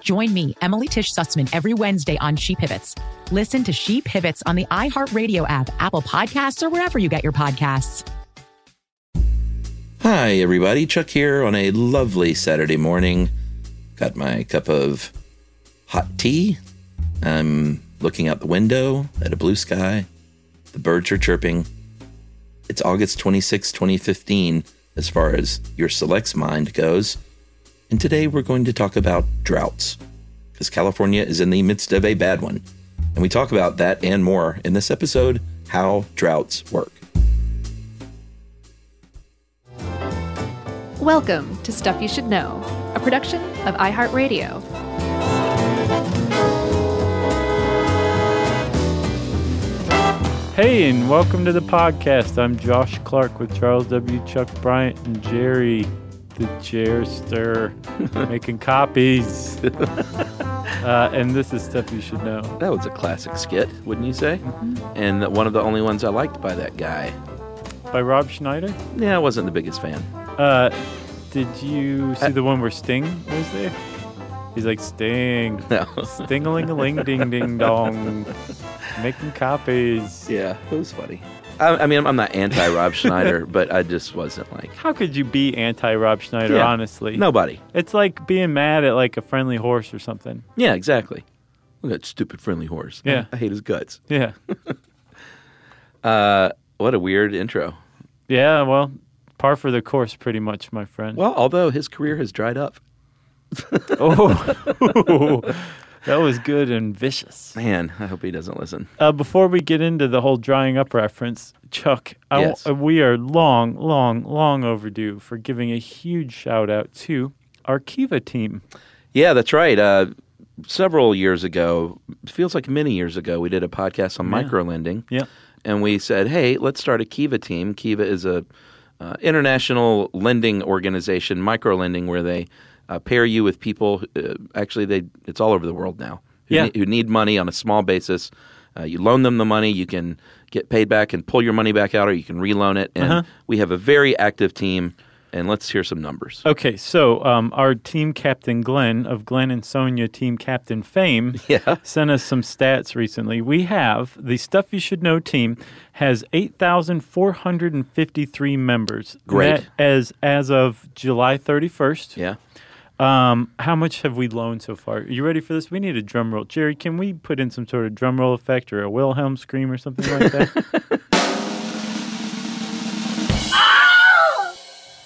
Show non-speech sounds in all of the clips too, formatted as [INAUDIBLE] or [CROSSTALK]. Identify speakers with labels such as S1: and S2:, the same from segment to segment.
S1: Join me, Emily Tish Sussman, every Wednesday on She Pivots. Listen to She Pivots on the iHeartRadio app, Apple Podcasts, or wherever you get your podcasts.
S2: Hi, everybody. Chuck here on a lovely Saturday morning. Got my cup of hot tea. I'm looking out the window at a blue sky. The birds are chirping. It's August 26, 2015, as far as your select's mind goes. And today we're going to talk about droughts, because California is in the midst of a bad one. And we talk about that and more in this episode How Droughts Work.
S3: Welcome to Stuff You Should Know, a production of iHeartRadio.
S4: Hey, and welcome to the podcast. I'm Josh Clark with Charles W. Chuck Bryant and Jerry the
S2: [LAUGHS]
S4: Jerster making copies. uh, and this is stuff you should know.
S2: That was a classic skit, wouldn't you say? And one of the only ones I liked by that guy.
S4: By Rob Schneider.
S2: Yeah, I wasn't the biggest fan.
S4: Uh, did you
S2: Uh,
S4: see the one where Sting was there? He's like, Sting.
S2: [LAUGHS] No.
S4: Stingling a ling ding
S2: [LAUGHS]
S4: ding dong. Making copies.
S2: Yeah, it was funny. I, I mean, I'm not anti [LAUGHS] Rob Schneider, but I just wasn't like
S4: How could you be anti Rob Schneider,
S2: Yeah.
S4: honestly?
S2: nobody.
S4: It's like being mad at like a friendly horse or something.
S2: Yeah, exactly. Look at that stupid friendly horse.
S4: Yeah.
S2: I, I hate his guts.
S4: Yeah.
S2: Uh, what a weird intro.
S4: yeah, well, par for the course, pretty much, my friend.
S2: Well, although his career has dried up,
S4: Oh, [LAUGHS] that was good and vicious.
S2: man, I hope he doesn't listen.
S4: Uh, before we get into the whole drying up reference, Chuck, I w-
S2: Yes.
S4: uh, we are long, long, long overdue for giving a huge shout out to our Kiva team.
S2: Yeah, that's right. Uh, several years ago, feels like many years ago, we did a podcast on micro lending.
S4: Yeah.
S2: and we said, "Hey, let's start a Kiva team." Kiva is a uh, international lending organization, micro lending, where they uh, pair you with people. Uh, actually, they it's all over the world now. Who,
S4: Yeah.
S2: ne- who need money on a small basis. Uh, you loan them the money, you can get paid back and pull your money back out, or you can reloan it. And
S4: Uh-huh.
S2: we have a very active team. And let's hear some numbers.
S4: Okay, so um, our team captain Glenn of Glenn and Sonia Team Captain Fame
S2: [LAUGHS] Yeah.
S4: sent us some stats recently. We have the Stuff You Should Know team has 8,453 members.
S2: Great.
S4: That as, as of July 31st.
S2: Yeah,
S4: Um, how much have we loaned so far? you ready for this? We need a drum roll. Jerry, can we put in some sort of drum roll effect or a Wilhelm scream or something
S2: [LAUGHS]
S4: like that?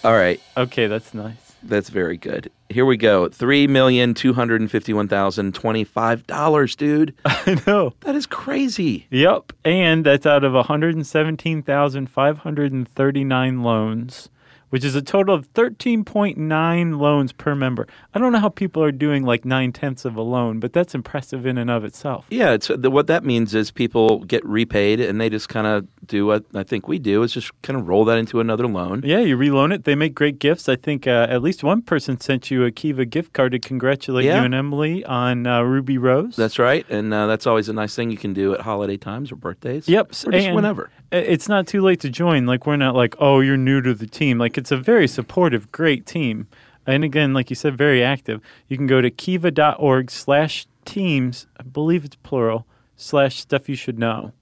S2: all right.
S4: okay, that's nice.
S2: That's very good. Here we go. Three million two hundred and fifty-one thousand twenty-five dollars, dude.
S4: [LAUGHS] I know.
S2: That is crazy.
S4: Yep. And that's out of 117,539 loans, which is a total of 13.9 loans per member. I don't know how people are doing like nine tenths of a loan, but that's impressive in and of itself.
S2: Yeah, it's the, what that means is people get repaid, and they just kind of do what I think we do is just kind of roll that into another loan.
S4: Yeah, you reloan it. They make great gifts. I think uh, at least one person sent you a Kiva gift card to congratulate
S2: Yeah.
S4: you and Emily on uh, Ruby Rose.
S2: That's right, and uh, that's always a nice thing you can do at holiday times or birthdays.
S4: Yep,
S2: or just
S4: and
S2: whenever.
S4: i- It's not too late to join. Like we're not like, oh, you're new to the team. Like it's a very supportive, great team. And again, like you said, very active. You can go to kiva.org slash teams, I believe it's plural, slash stuff you should know.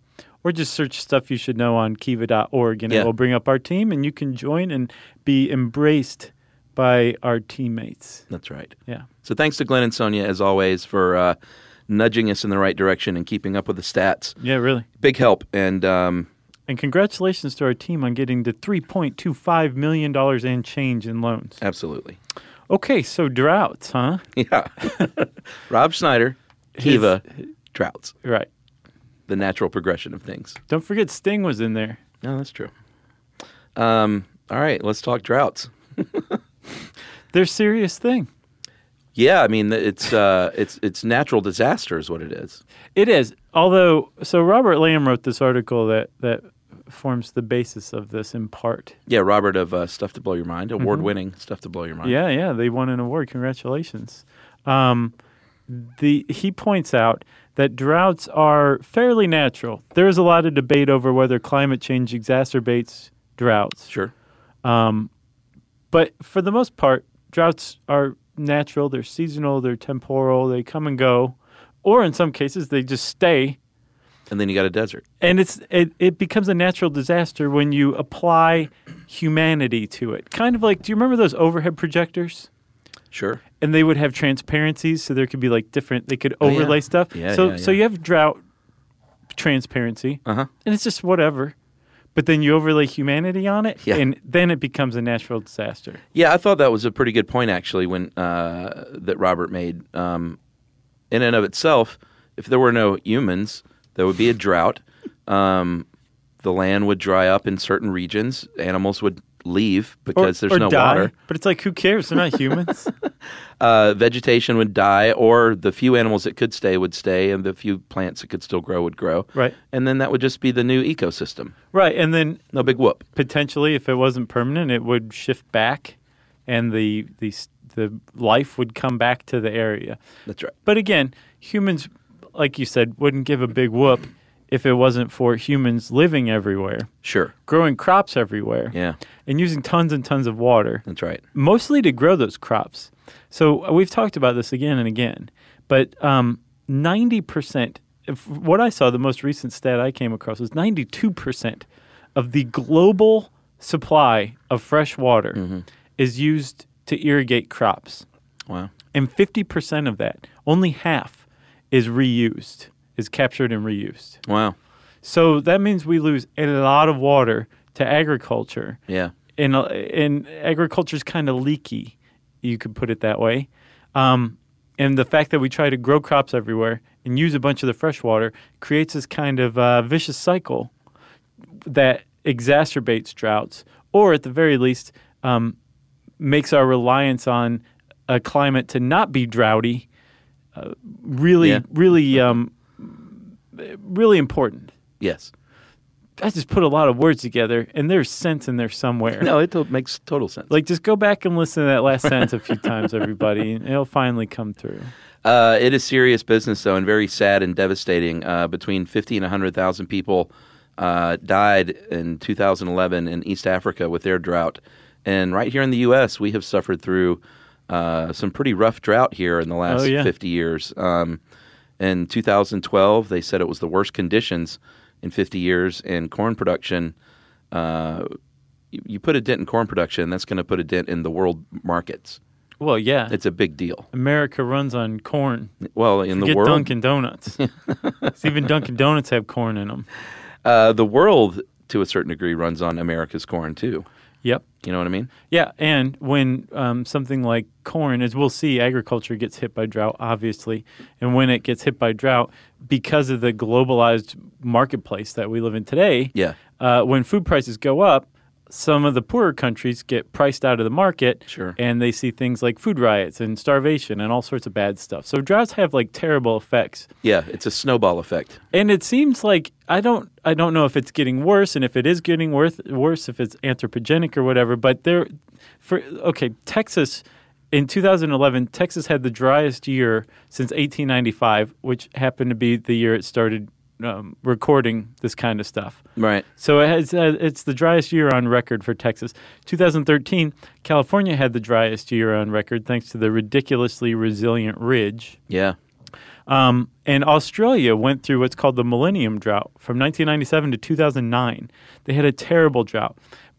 S4: Or just search stuff you should know on kiva.org and
S2: Yeah.
S4: it will bring up our team and you can join and be embraced by our teammates.
S2: That's right.
S4: Yeah.
S2: So thanks to Glenn and Sonia as always for uh, nudging us in the right direction and keeping up with the stats.
S4: Yeah, really.
S2: Big help. And um,
S4: And congratulations to our team on getting to $3.25 million and change in loans.
S2: absolutely.
S4: Okay, so droughts, huh?
S2: [LAUGHS] Yeah. Rob Schneider, Kiva, droughts,
S4: Right.
S2: the natural progression of things.
S4: Don't forget Sting was in there.
S2: No, that's true. Um, all right, let's talk droughts.
S4: They're a serious thing.
S2: Yeah, I mean it's uh, it's it's natural disaster is what it is.
S4: It is. Although, so Robert Lamb wrote this article that, that forms the basis of this in part.
S2: Yeah, Robert of uh, Stuff to Blow Your Mind, award winning Stuff to Blow Your Mind.
S4: Yeah, yeah, they won an award. Congratulations. Um, the he points out that droughts are fairly natural. There is a lot of debate over whether climate change exacerbates droughts,
S2: sure.
S4: but for the most part, droughts are natural. They're seasonal. They're temporal. They come and go, or in some cases, they just stay.
S2: And then you got a desert.
S4: And it's it, it becomes a natural disaster when you apply humanity to it. Kind of like, do you remember those overhead projectors?
S2: Sure.
S4: and they would have transparencies so there could be like different they could
S2: Oh, yeah.
S4: overlay stuff
S2: Yeah,
S4: so
S2: yeah,
S4: so
S2: yeah.
S4: you have drought transparency
S2: Uh huh.
S4: and it's just whatever but then you overlay humanity on it
S2: Yeah.
S4: and then it becomes a natural disaster
S2: Yeah, I thought that was a pretty good point actually when uh, that Robert made. Um, in and of itself, if there were no humans, there would be a drought. Um, the land would dry up in certain regions. Animals would leave
S4: or,
S2: because there's
S4: or
S2: no
S4: die.
S2: water.
S4: but it's like who cares
S2: [LAUGHS]
S4: they're not humans
S2: Uh, vegetation would die, or the few animals that could stay would stay, and the few plants that could still grow would grow.
S4: Right.
S2: And then that would just be the new ecosystem.
S4: right and then
S2: No big whoop.
S4: potentially if it wasn't permanent it would shift back and the the s- the life would come back to the area
S2: That's right.
S4: But again, humans, like you said, wouldn't give a big whoop if it wasn't for humans living everywhere,
S2: Sure.
S4: growing crops everywhere,
S2: Yeah.
S4: and using tons and tons of water,
S2: That's right.
S4: mostly to grow those crops. So uh, we've talked about this again and again, but um, 90%, if what I saw, the most recent stat I came across was 92% of the global supply of fresh water is used to irrigate crops
S2: Wow.
S4: and 50% of that, only half, is reused, is captured and reused.
S2: Wow.
S4: So that means we lose a lot of water to agriculture.
S2: Yeah.
S4: And, uh, and agriculture's kind of leaky, you could put it that way. Um, and the fact that we try to grow crops everywhere and use a bunch of the fresh water creates this kind of uh, vicious cycle that exacerbates droughts, or at the very least, um, makes our reliance on a climate to not be droughty uh, really,
S2: Yeah.
S4: really, um, really important.
S2: Yes.
S4: I just put a lot of words together, and there's sense in there somewhere.
S2: No, it to- makes total sense.
S4: Like, just go back and listen to that last sentence
S2: [LAUGHS]
S4: a few times, everybody, and it'll finally come through.
S2: Uh, it is serious business, though, and very sad and devastating. Uh, between 50 and 100,000 people uh, died in 2011 in East Africa with their drought. And right here in the U.S., we have suffered through uh, some pretty rough drought here in the last
S4: Oh, yeah.
S2: 50 years. Um, in 2012, they said it was the worst conditions in 50 years, and corn production. Uh, you- you put a dent in corn production, that's going to put a dent in the world markets.
S4: Well, yeah.
S2: It's a big deal.
S4: America runs on corn.
S2: Well, in the
S4: Get
S2: world, [LAUGHS]
S4: Dunkin' Donuts. 'Cause even Dunkin' Donuts have corn in them.
S2: uh, the world to a certain degree runs on America's corn too.
S4: Yep.
S2: You know what I mean?
S4: Yeah, and when um, something like corn, as we'll see, agriculture gets hit by drought, obviously. And when it gets hit by drought, because of the globalized marketplace that we live in today,
S2: Yeah.
S4: uh, when food prices go up, some of the poorer countries get priced out of the market,
S2: Sure.
S4: and they see things like food riots and starvation and all sorts of bad stuff. So droughts have like terrible effects
S2: Yeah, it's a snowball effect.
S4: and it seems like I don't I don't know if it's getting worse and if it is getting worse worse if it's anthropogenic or whatever but there for okay Texas in 2011 Texas had the driest year since 1895 which happened to be the year it started um, recording this kind of stuff
S2: Right.
S4: so it has, uh, it's the driest year on record for Texas. 2013, California had the driest year on record thanks to the ridiculously resilient ridge.
S2: Yeah.
S4: Um, and Australia went through what's called the Millennium Drought from 1997 to 2009. They had a terrible drought.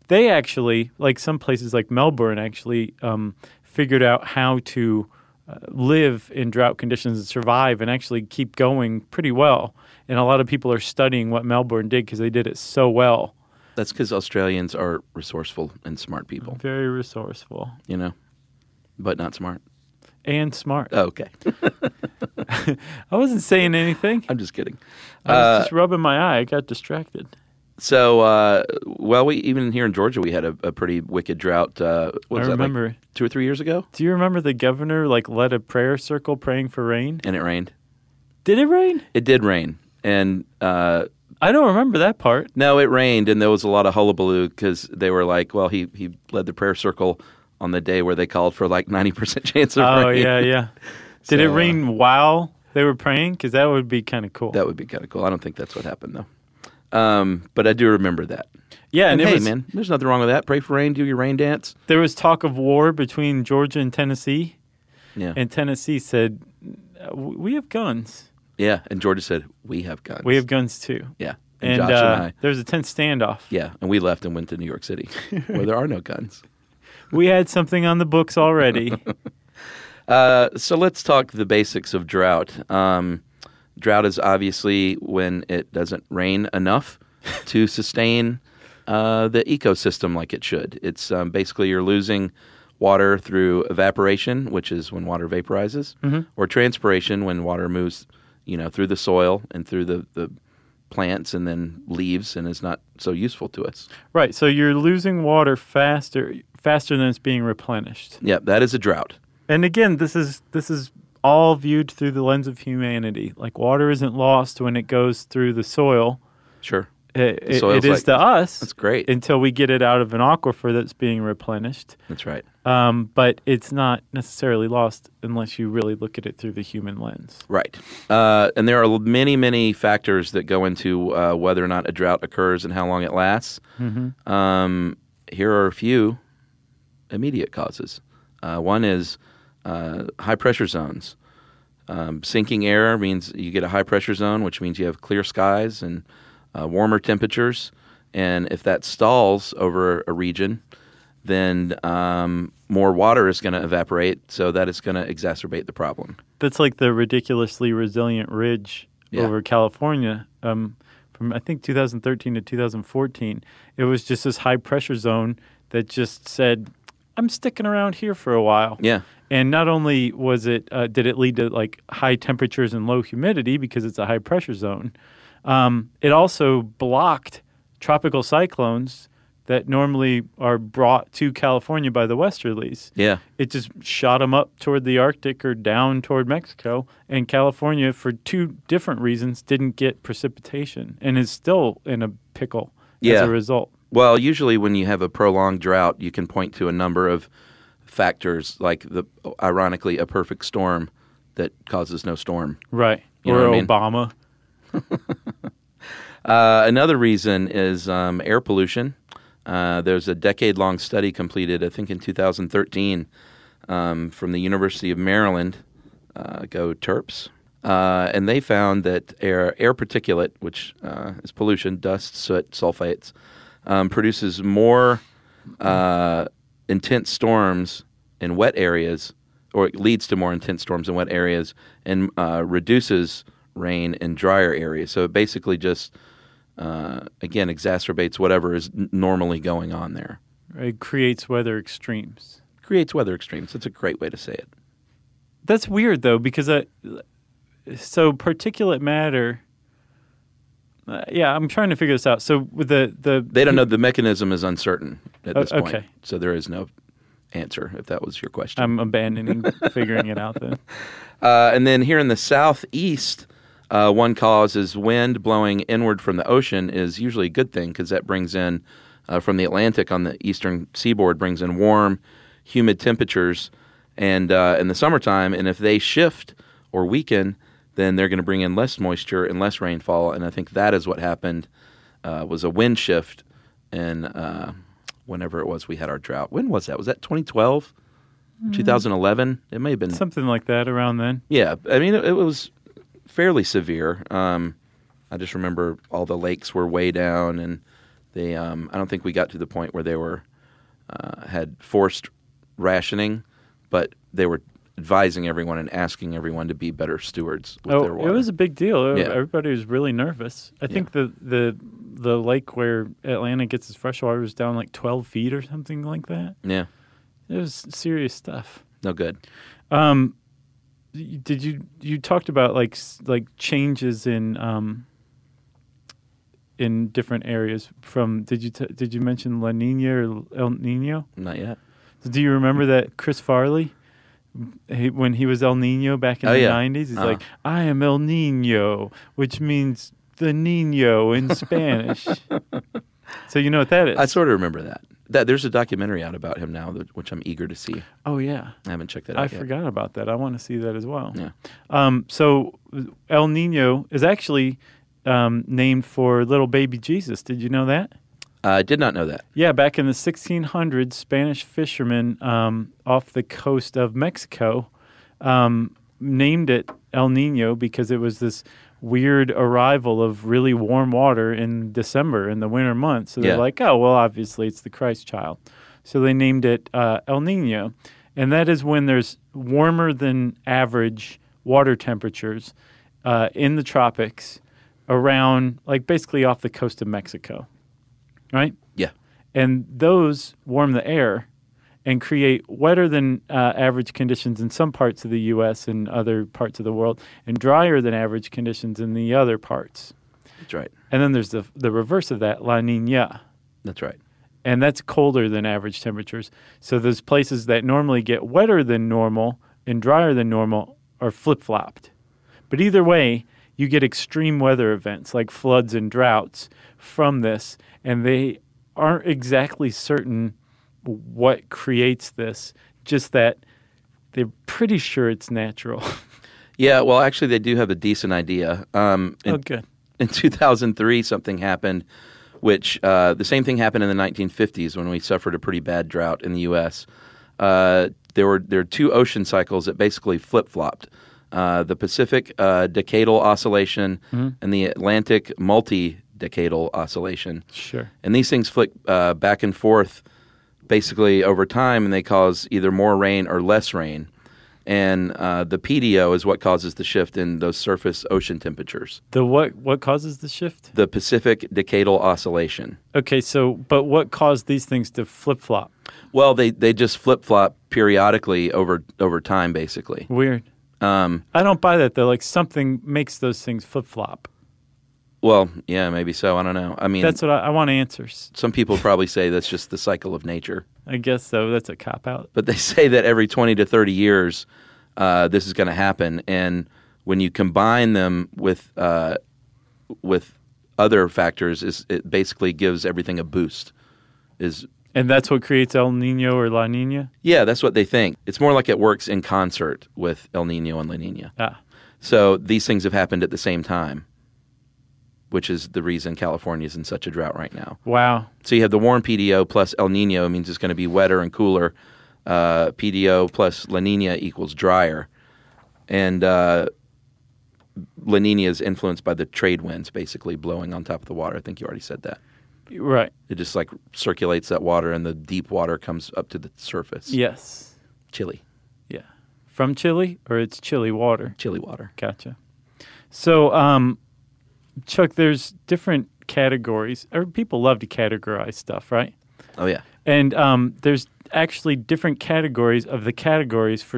S4: They actually, like some places like Melbourne, actually um, figured out how to uh, live in drought conditions and survive and actually keep going pretty well. And a lot of people are studying what Melbourne did because they did it so well.
S2: That's because Australians are resourceful and smart people,
S4: Very resourceful
S2: you know, but not smart. Oh,
S4: and smart.
S2: Okay, [LAUGHS]
S4: I wasn't saying anything.
S2: I'm just kidding.
S4: I was just rubbing my eye. I got distracted.
S2: So, uh, well, we even here in Georgia, we had a, a pretty wicked drought. Uh, what
S4: I
S2: was that, like
S4: remember.
S2: two or three years ago,
S4: Do you remember the governor like led a prayer circle praying for rain?
S2: and it rained.
S4: Did it rain?
S2: It did rain, and uh,
S4: I don't remember that part.
S2: no, it rained, and there was a lot of hullabaloo because they were like, "Well, he he led the prayer circle on the day where they called for like ninety percent [LAUGHS] chance of
S4: Oh
S2: rain."
S4: yeah, yeah. [LAUGHS] Did it
S2: So, uh,
S4: rain while they were praying? Because that would be kind of
S2: [LAUGHS]
S4: cool.
S2: that would be kind of cool. I don't think that's what happened though, um, but I do remember that.
S4: yeah,
S2: And,
S4: and, it
S2: hey,
S4: was,
S2: man, there's nothing wrong with that. Pray for rain, do your rain dance.
S4: there was talk of war between Georgia and Tennessee,
S2: Yeah,
S4: and Tennessee said, "Uh, "We have guns.
S2: yeah. And Georgia said, "We have guns.
S4: We have guns too."
S2: yeah." And,
S4: And,
S2: Josh
S4: uh,
S2: and I.
S4: there was a tense standoff.
S2: Yeah, and we left and went to New York City, [LAUGHS] where there are no guns.
S4: We had something on the
S2: [LAUGHS]
S4: books already.
S2: Uh, so let's talk the basics of drought. Um, drought is obviously when it doesn't rain enough to sustain uh, the ecosystem like it should. It's um, basically you're losing water through evaporation, which is when water vaporizes, or transpiration when water moves, you know, through the soil and through the, the plants and then leaves and is not so useful to us.
S4: right. So you're losing water faster, faster than it's being replenished.
S2: Yeah, that is a drought.
S4: And again, this is this is all viewed through the lens of humanity. Like water isn't lost when it goes through the soil.
S2: Sure.
S4: It, it-
S2: soil's
S4: it is
S2: like,
S4: to us.
S2: "That's great."
S4: Until we get it out of an aquifer that's being replenished.
S2: That's right.
S4: Um, but it's not necessarily lost unless you really look at it through the human lens.
S2: Right. Uh, and there are many, many factors that go into uh, whether or not a drought occurs and how long it lasts. Um, here are a few immediate causes. Uh, one is uh, high pressure zones. Um, sinking air means you get a high pressure zone, which means you have clear skies and uh, warmer temperatures. And if that stalls over a region, then um, more water is going to evaporate. So that is going to exacerbate the problem.
S4: That's like the ridiculously resilient ridge
S2: Yeah.
S4: over California. Um, from I think 2013 to 2014, it was just this high pressure zone that just said, "I'm sticking around here for a while."
S2: Yeah.
S4: And not only was it uh, did it lead to like high temperatures and low humidity because it's a high pressure zone, um, it also blocked tropical cyclones that normally are brought to California by the westerlies.
S2: Yeah.
S4: It just shot them up toward the Arctic or down toward Mexico, and California, for two different reasons, didn't get precipitation and is still in a pickle as
S2: Yeah.
S4: a result.
S2: Well, usually when you have a prolonged drought, you can point to a number of factors, like the ironically a perfect storm that causes no storm.
S4: Right.
S2: You know
S4: or
S2: what I mean?
S4: Obama.
S2: Uh, another reason is um, air pollution. Uh, there's a decade-long study completed, I think, in 2013, um, from the University of Maryland. Uh, go Terps! Uh, and they found that air air particulate, which uh, is pollution, dust, soot, sulfates, um, produces more uh, intense storms in wet areas, or it leads to more intense storms in wet areas, and uh, reduces rain in drier areas. So it basically just, uh, again, exacerbates whatever is n- normally going on there.
S4: It creates weather extremes.
S2: Creates weather extremes. That's a great way to say it.
S4: That's weird though because I, so particulate matter. uh, yeah, I'm trying to figure this out. So with the the
S2: They don't know the mechanism is uncertain at
S4: Oh,
S2: this point,
S4: okay.
S2: so there is no answer if that was your question.
S4: I'm abandoning figuring it
S2: [LAUGHS]
S4: out then.
S2: Uh, and then here in the southeast, uh, one cause is wind blowing inward from the ocean is usually a good thing because that brings in uh, from the Atlantic on the eastern seaboard brings in warm, humid temperatures, and uh, in the summertime. And if they shift or weaken, then they're going to bring in less moisture and less rainfall. And I think that is what happened uh, was a wind shift, and uh, whenever it was we had our drought. When was that? Was that 2012? 2011? It may have been
S4: Something like that around then.
S2: yeah, I mean it, it was fairly severe. Um, I just remember all the lakes were way down, and they. Um, I don't think we got to the point where they were uh, had forced rationing, but they were advising everyone and asking everyone to be better stewards with
S4: Oh,
S2: their
S4: it
S2: water.
S4: was a big deal. Oh,
S2: Yeah.
S4: Everybody was really nervous. I think the, the the lake where Atlanta gets its fresh water was down like 12 feet or something like that.
S2: yeah,
S4: It was serious stuff.
S2: no good.
S4: Y- Did you you talked about like s- like changes in um in different areas from did you t- did you mention La Nina or El Nino?
S2: Not yet.
S4: Do you remember that Chris Farley, he, when he was El Nino back in
S2: Oh,
S4: the
S2: yeah.
S4: nineties? He's
S2: Uh-huh.
S4: like, "I am El Nino," which means the
S2: [LAUGHS]
S4: Nino in Spanish. so you know what that is?
S2: I sort of remember that. That there's a documentary out about him now, that, which I'm eager to see.
S4: oh yeah,
S2: I haven't checked that out.
S4: I
S2: yet.
S4: forgot about that. I want to see that as well.
S2: Yeah.
S4: Um, so El Nino is actually um, named for little baby Jesus. Did you know that?
S2: I did not know that.
S4: Yeah, back in the 1600s, Spanish fishermen um, off the coast of Mexico um, named it El Nino because it was this weird arrival of really warm water in December in the winter months. So they're
S2: Yeah.
S4: like, oh, well, obviously it's the Christ child. So they named it uh, El Nino. And that is when there's warmer than average water temperatures uh, in the tropics around, like basically off the coast of Mexico, right?
S2: Yeah.
S4: and those warm the air and create wetter than uh, average conditions in some parts of the U.S. and other parts of the world, and drier than average conditions in the other parts.
S2: That's right.
S4: And then there's the the reverse of that, La Nina,
S2: That's right.
S4: and that's colder than average temperatures. So those places that normally get wetter than normal and drier than normal are flip flopped. But either way, you get extreme weather events like floods and droughts from this, and they aren't exactly certain what creates this, just that they're pretty sure it's natural. [LAUGHS]
S2: Yeah. Well, actually, they do have a decent idea. Um, in,
S4: good.
S2: in 2003, something happened, which uh, the same thing happened in the 1950s when we suffered a pretty bad drought in the U.S. Uh, there were there are two ocean cycles that basically flip flopped. Uh, the Pacific uh, decadal oscillation and the Atlantic multi-decadal oscillation.
S4: Sure.
S2: And these things flick uh, back and forth basically over time, and they cause either more rain or less rain. And uh, the PDO is what causes the shift in those surface ocean temperatures.
S4: The what what causes the shift?
S2: The Pacific Decadal Oscillation.
S4: Okay, so but what caused these things to flip flop?
S2: Well, they, they just flip flop periodically over over time, basically.
S4: Weird.
S2: Um,
S4: I don't buy that though. Like something makes those things flip flop.
S2: well, yeah, maybe so. I don't know. I mean,
S4: That's what I, I want answers.
S2: some people probably say that's just the cycle of nature.
S4: I guess so. That's a cop out.
S2: but they [LAUGHS] say that every 20 to 30 years uh, this is going to happen and when you combine them with uh, with other factors is it basically gives everything a boost is
S4: And that's what creates El Nino or La Nina.
S2: yeah that's what they think it's more like it works in concert with El Nino and La Nina
S4: Ah,
S2: so these things have happened at the same time which is the reason California's in such a drought right now
S4: wow.
S2: So you have the warm PDO plus El Nino means it's going to be wetter and cooler. Uh, PDO plus La Nina equals drier, and uh, La Nina is influenced by the trade winds, basically blowing on top of the water. I think you already said that.
S4: Right.
S2: It just like circulates that water, and the deep water comes up to the surface.
S4: Yes.
S2: Chilly,
S4: Yeah. From Chile or it's chili water.
S2: chilly water.
S4: Gotcha. So, um, Chuck, there's different categories. Or people love to categorize stuff, right?
S2: Oh yeah,
S4: And um, there's actually different categories of the categories for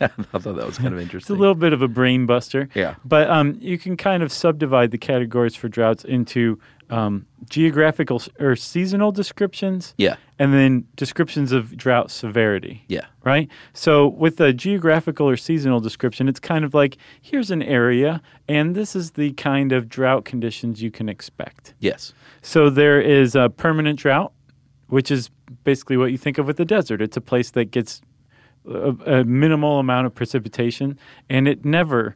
S2: [LAUGHS] I thought that was
S4: [LAUGHS]
S2: kind of
S4: It's a
S2: interesting.
S4: little bit of a brain buster.
S2: Yeah.
S4: But um, you can kind of subdivide the categories for droughts into um, geographical s- or seasonal descriptions.
S2: Yeah.
S4: And then descriptions of drought severity.
S2: Yeah.
S4: Right? So with a geographical or seasonal description, it's kind of like here's an area, and this is the kind of drought conditions you can expect.
S2: yes,
S4: So there is a permanent drought, which is basically what you think of with the desert. It's a place that gets a, a minimal amount of precipitation, and it never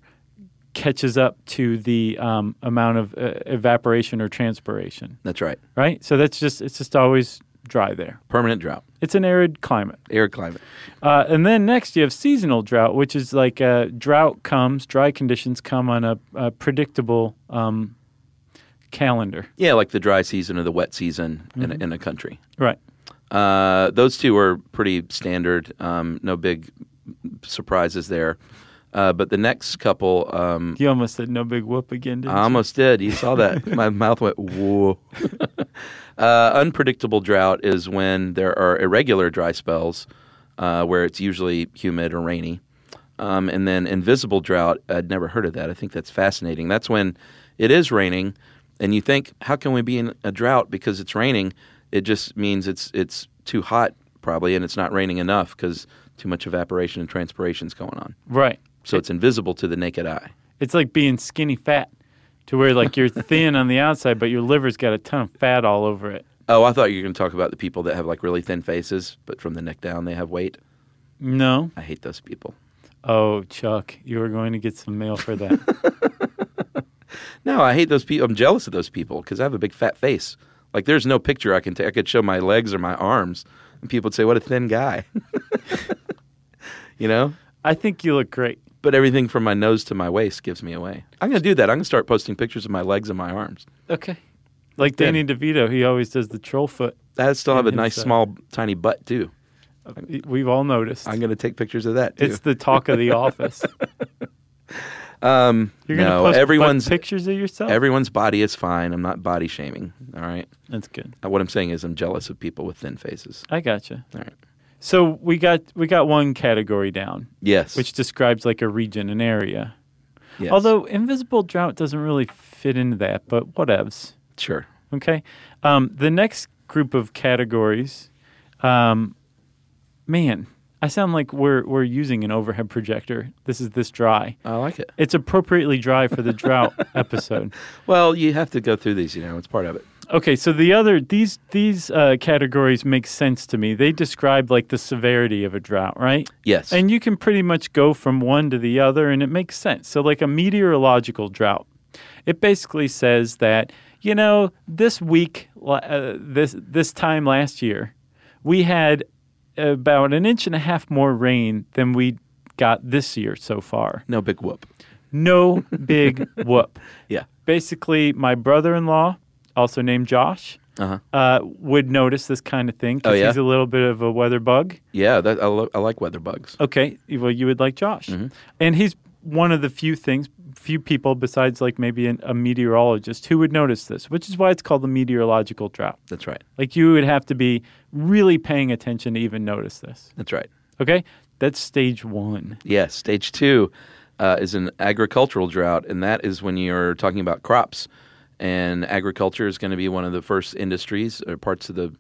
S4: catches up to the um, amount of uh, evaporation or transpiration.
S2: that's right.
S4: Right. So that's just it's just always dry there.
S2: Permanent drought,
S4: It's an arid climate.
S2: arid climate.
S4: Uh, and then next you have seasonal drought, which is like uh, drought comes, dry conditions come on a, a predictable um, calendar.
S2: Yeah, like the dry season or the wet season in,
S4: Mm-hmm.
S2: a, in a country.
S4: Right.
S2: Uh, those two are pretty standard. Um, no big surprises there. Uh, but the next couple, um,
S4: He almost said no big whoop again. Didn't
S2: I
S4: you?
S2: almost did. You saw that. My mouth went, whoa. [LAUGHS] uh, unpredictable drought is when there are irregular dry spells uh, where it's usually humid or rainy. Um, and then invisible drought, I'd never heard of that. I think that's fascinating. That's when it is raining, and you think, how can we be in a drought because it's raining? It just means it's it's too hot probably, and it's not raining enough because too much evaporation and transpiration's going on.
S4: Right.
S2: So it's invisible to the naked eye.
S4: It's like being skinny fat, to where like you're thin on the outside, but your liver's got a ton of fat all over it.
S2: Oh, I thought you were going to talk about the people that have like really thin faces, but from the neck down they have weight.
S4: No.
S2: I hate those people.
S4: Oh, Chuck, you are going to get some mail for that.
S2: No, I hate those people. I'm jealous of those people because I have a big fat face. Like, there's no picture I can take. I could show my legs or my arms, and people would say, "What a thin guy," [LAUGHS] you know.
S4: I think you look great.
S2: But everything from my nose to my waist gives me away. I'm going to do that. I'm going to start posting pictures of my legs and my arms.
S4: Okay. Like Danny DeVito, he always does the troll foot.
S2: I still have a
S4: And
S2: nice,
S4: his, uh,
S2: small, tiny butt too.
S4: We've all noticed.
S2: I'm going to take pictures of that too.
S4: It's the talk of the office. Um, You're gonna
S2: no,
S4: post butt
S2: everyone's-
S4: pictures of yourself.
S2: Everyone's body is fine. I'm not body shaming. All right.
S4: That's good.
S2: Uh, What I'm saying is, I'm jealous of people with thin faces.
S4: I gotcha.
S2: All right.
S4: So we got we got one category down,
S2: Yes.
S4: which describes like a region, an area.
S2: yes.
S4: Although invisible drought doesn't really fit into that, but whatevs.
S2: sure.
S4: Okay. Um, the next group of categories, um, man, I sound like we're we're using an overhead projector. This is this dry.
S2: I like it.
S4: It's appropriately dry for the drought episode.
S2: Well, you have to go through these, you know, it's part of it.
S4: Okay, so the other these these uh, categories make sense to me. They describe like the severity of a drought, right?
S2: Yes.
S4: And you can pretty much go from one to the other, and it makes sense. So, like a meteorological drought, it basically says that you know this week, la- uh, this this time last year, we had about an inch and a half more rain than we got this year so far.
S2: no big whoop. [LAUGHS]
S4: No big whoop
S2: Yeah.
S4: basically my brother-in-law also named josh
S2: Uh-huh.
S4: uh, would notice this kind of thing because
S2: Oh, yeah?
S4: he's a little bit of a weather bug
S2: Yeah, that, I, lo- I like weather bugs.
S4: okay well you would like josh and he's one of the few things few people besides like maybe an, a meteorologist who would notice this which is why it's called the meteorological drought
S2: That's right.
S4: like you would have to be really paying attention to even notice this
S2: That's right.
S4: okay that's stage one
S2: Yes. Stage two uh, is an agricultural drought, and that is when you're talking about crops. And agriculture is going to be one of the first industries or parts of the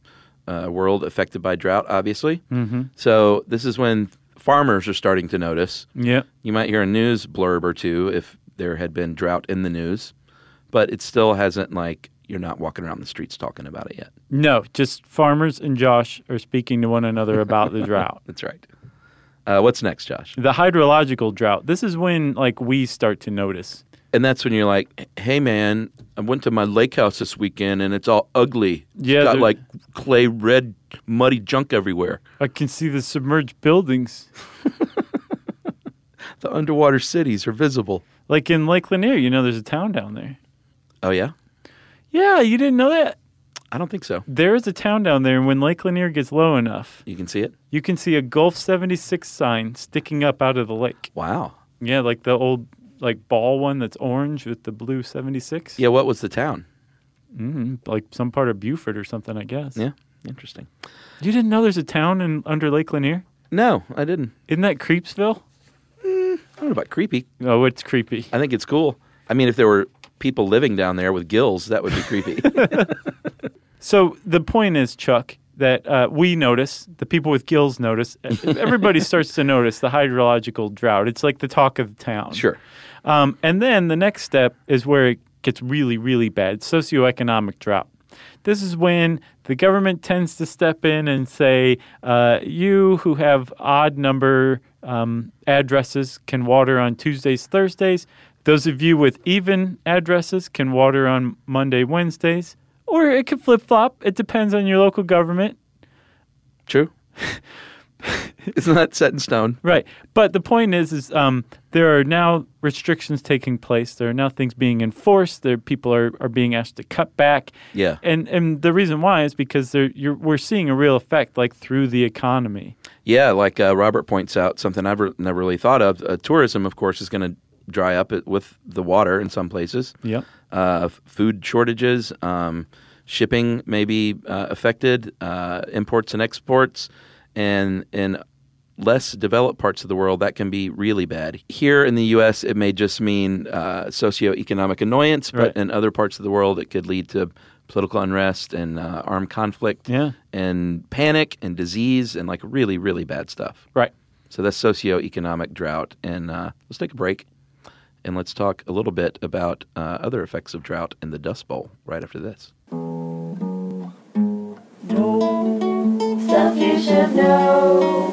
S2: uh, world affected by drought, obviously. Mm-hmm. So, this is when farmers are starting to notice.
S4: yeah
S2: You might hear a news blurb or two if there had been drought in the news, but it still hasn't like you're not walking around the streets talking about it yet.
S4: no just farmers and josh are speaking to one another about the [LAUGHS] drought
S2: That's right. Uh, what's next, Josh?
S4: The hydrological drought. This is when like we start to notice.
S2: And that's when you're like, "Hey, man, I went to my lake house this weekend and it's all ugly. It's
S4: Yeah,
S2: got
S4: they're-
S2: like clay, red, muddy junk everywhere.
S4: I can see the submerged buildings.
S2: The underwater cities are visible."
S4: Like in Lake Lanier, you know there's a town down there.
S2: Oh yeah,
S4: Yeah, you didn't know that.
S2: I don't think so.
S4: There is a town down there and when Lake Lanier gets low enough,
S2: You can see it.
S4: you can see a Gulf 76 sign sticking up out of the lake.
S2: Wow.
S4: Yeah, like the old like ball one that's orange with the blue 76.
S2: Yeah. What was the town?
S4: Like some part of Buford or something, I guess.
S2: Yeah. Interesting.
S4: You didn't know there's a town in under Lake Lanier?
S2: No, I didn't.
S4: Isn't that Creepsville?
S2: I don't know about creepy.
S4: Oh, it's creepy.
S2: I think it's cool. I mean, if there were people living down there with gills, that would be creepy.
S4: So the point is, Chuck, that uh, we notice, the people with gills
S2: [LAUGHS]
S4: notice, everybody starts to notice the hydrological drought. It's like the talk of the town.
S2: sure.
S4: Um, and then the next step is where it gets really, really bad socioeconomic drought. This is when the government tends to step in and say, uh, you who have odd number um, addresses can water on Tuesdays, Thursdays. Those of you with even addresses can water on Monday, Wednesdays. Or
S2: [LAUGHS]
S4: it could flip flop. It depends on your local government.
S2: True. It's not set in stone.
S4: Right. But the point is, is um, there are now restrictions taking place. There are now things being enforced. There people are, are being asked to cut back.
S2: Yeah.
S4: And and the reason why is because there you're, we're seeing a real effect like through the economy.
S2: Yeah, like uh, Robert points out, something I've re- never really thought of. Uh, tourism, of course, is going to dry up it- with the water in some places.
S4: Yep.
S2: Uh, f- food shortages, um, shipping may be uh, affected, uh, imports and exports, and in less developed parts of the world, that can be really bad. Here in the U.S., it may just mean uh, socioeconomic annoyance, but
S4: Right.
S2: in other parts of the world, it could lead to political unrest and uh, armed conflict
S4: Yeah.
S2: and panic and disease and like really, really bad stuff.
S4: Right.
S2: So that's socioeconomic drought. And uh, let's take a break and let's talk a little bit about uh, other effects of drought and the Dust Bowl right after this.
S5: Stuff you should know.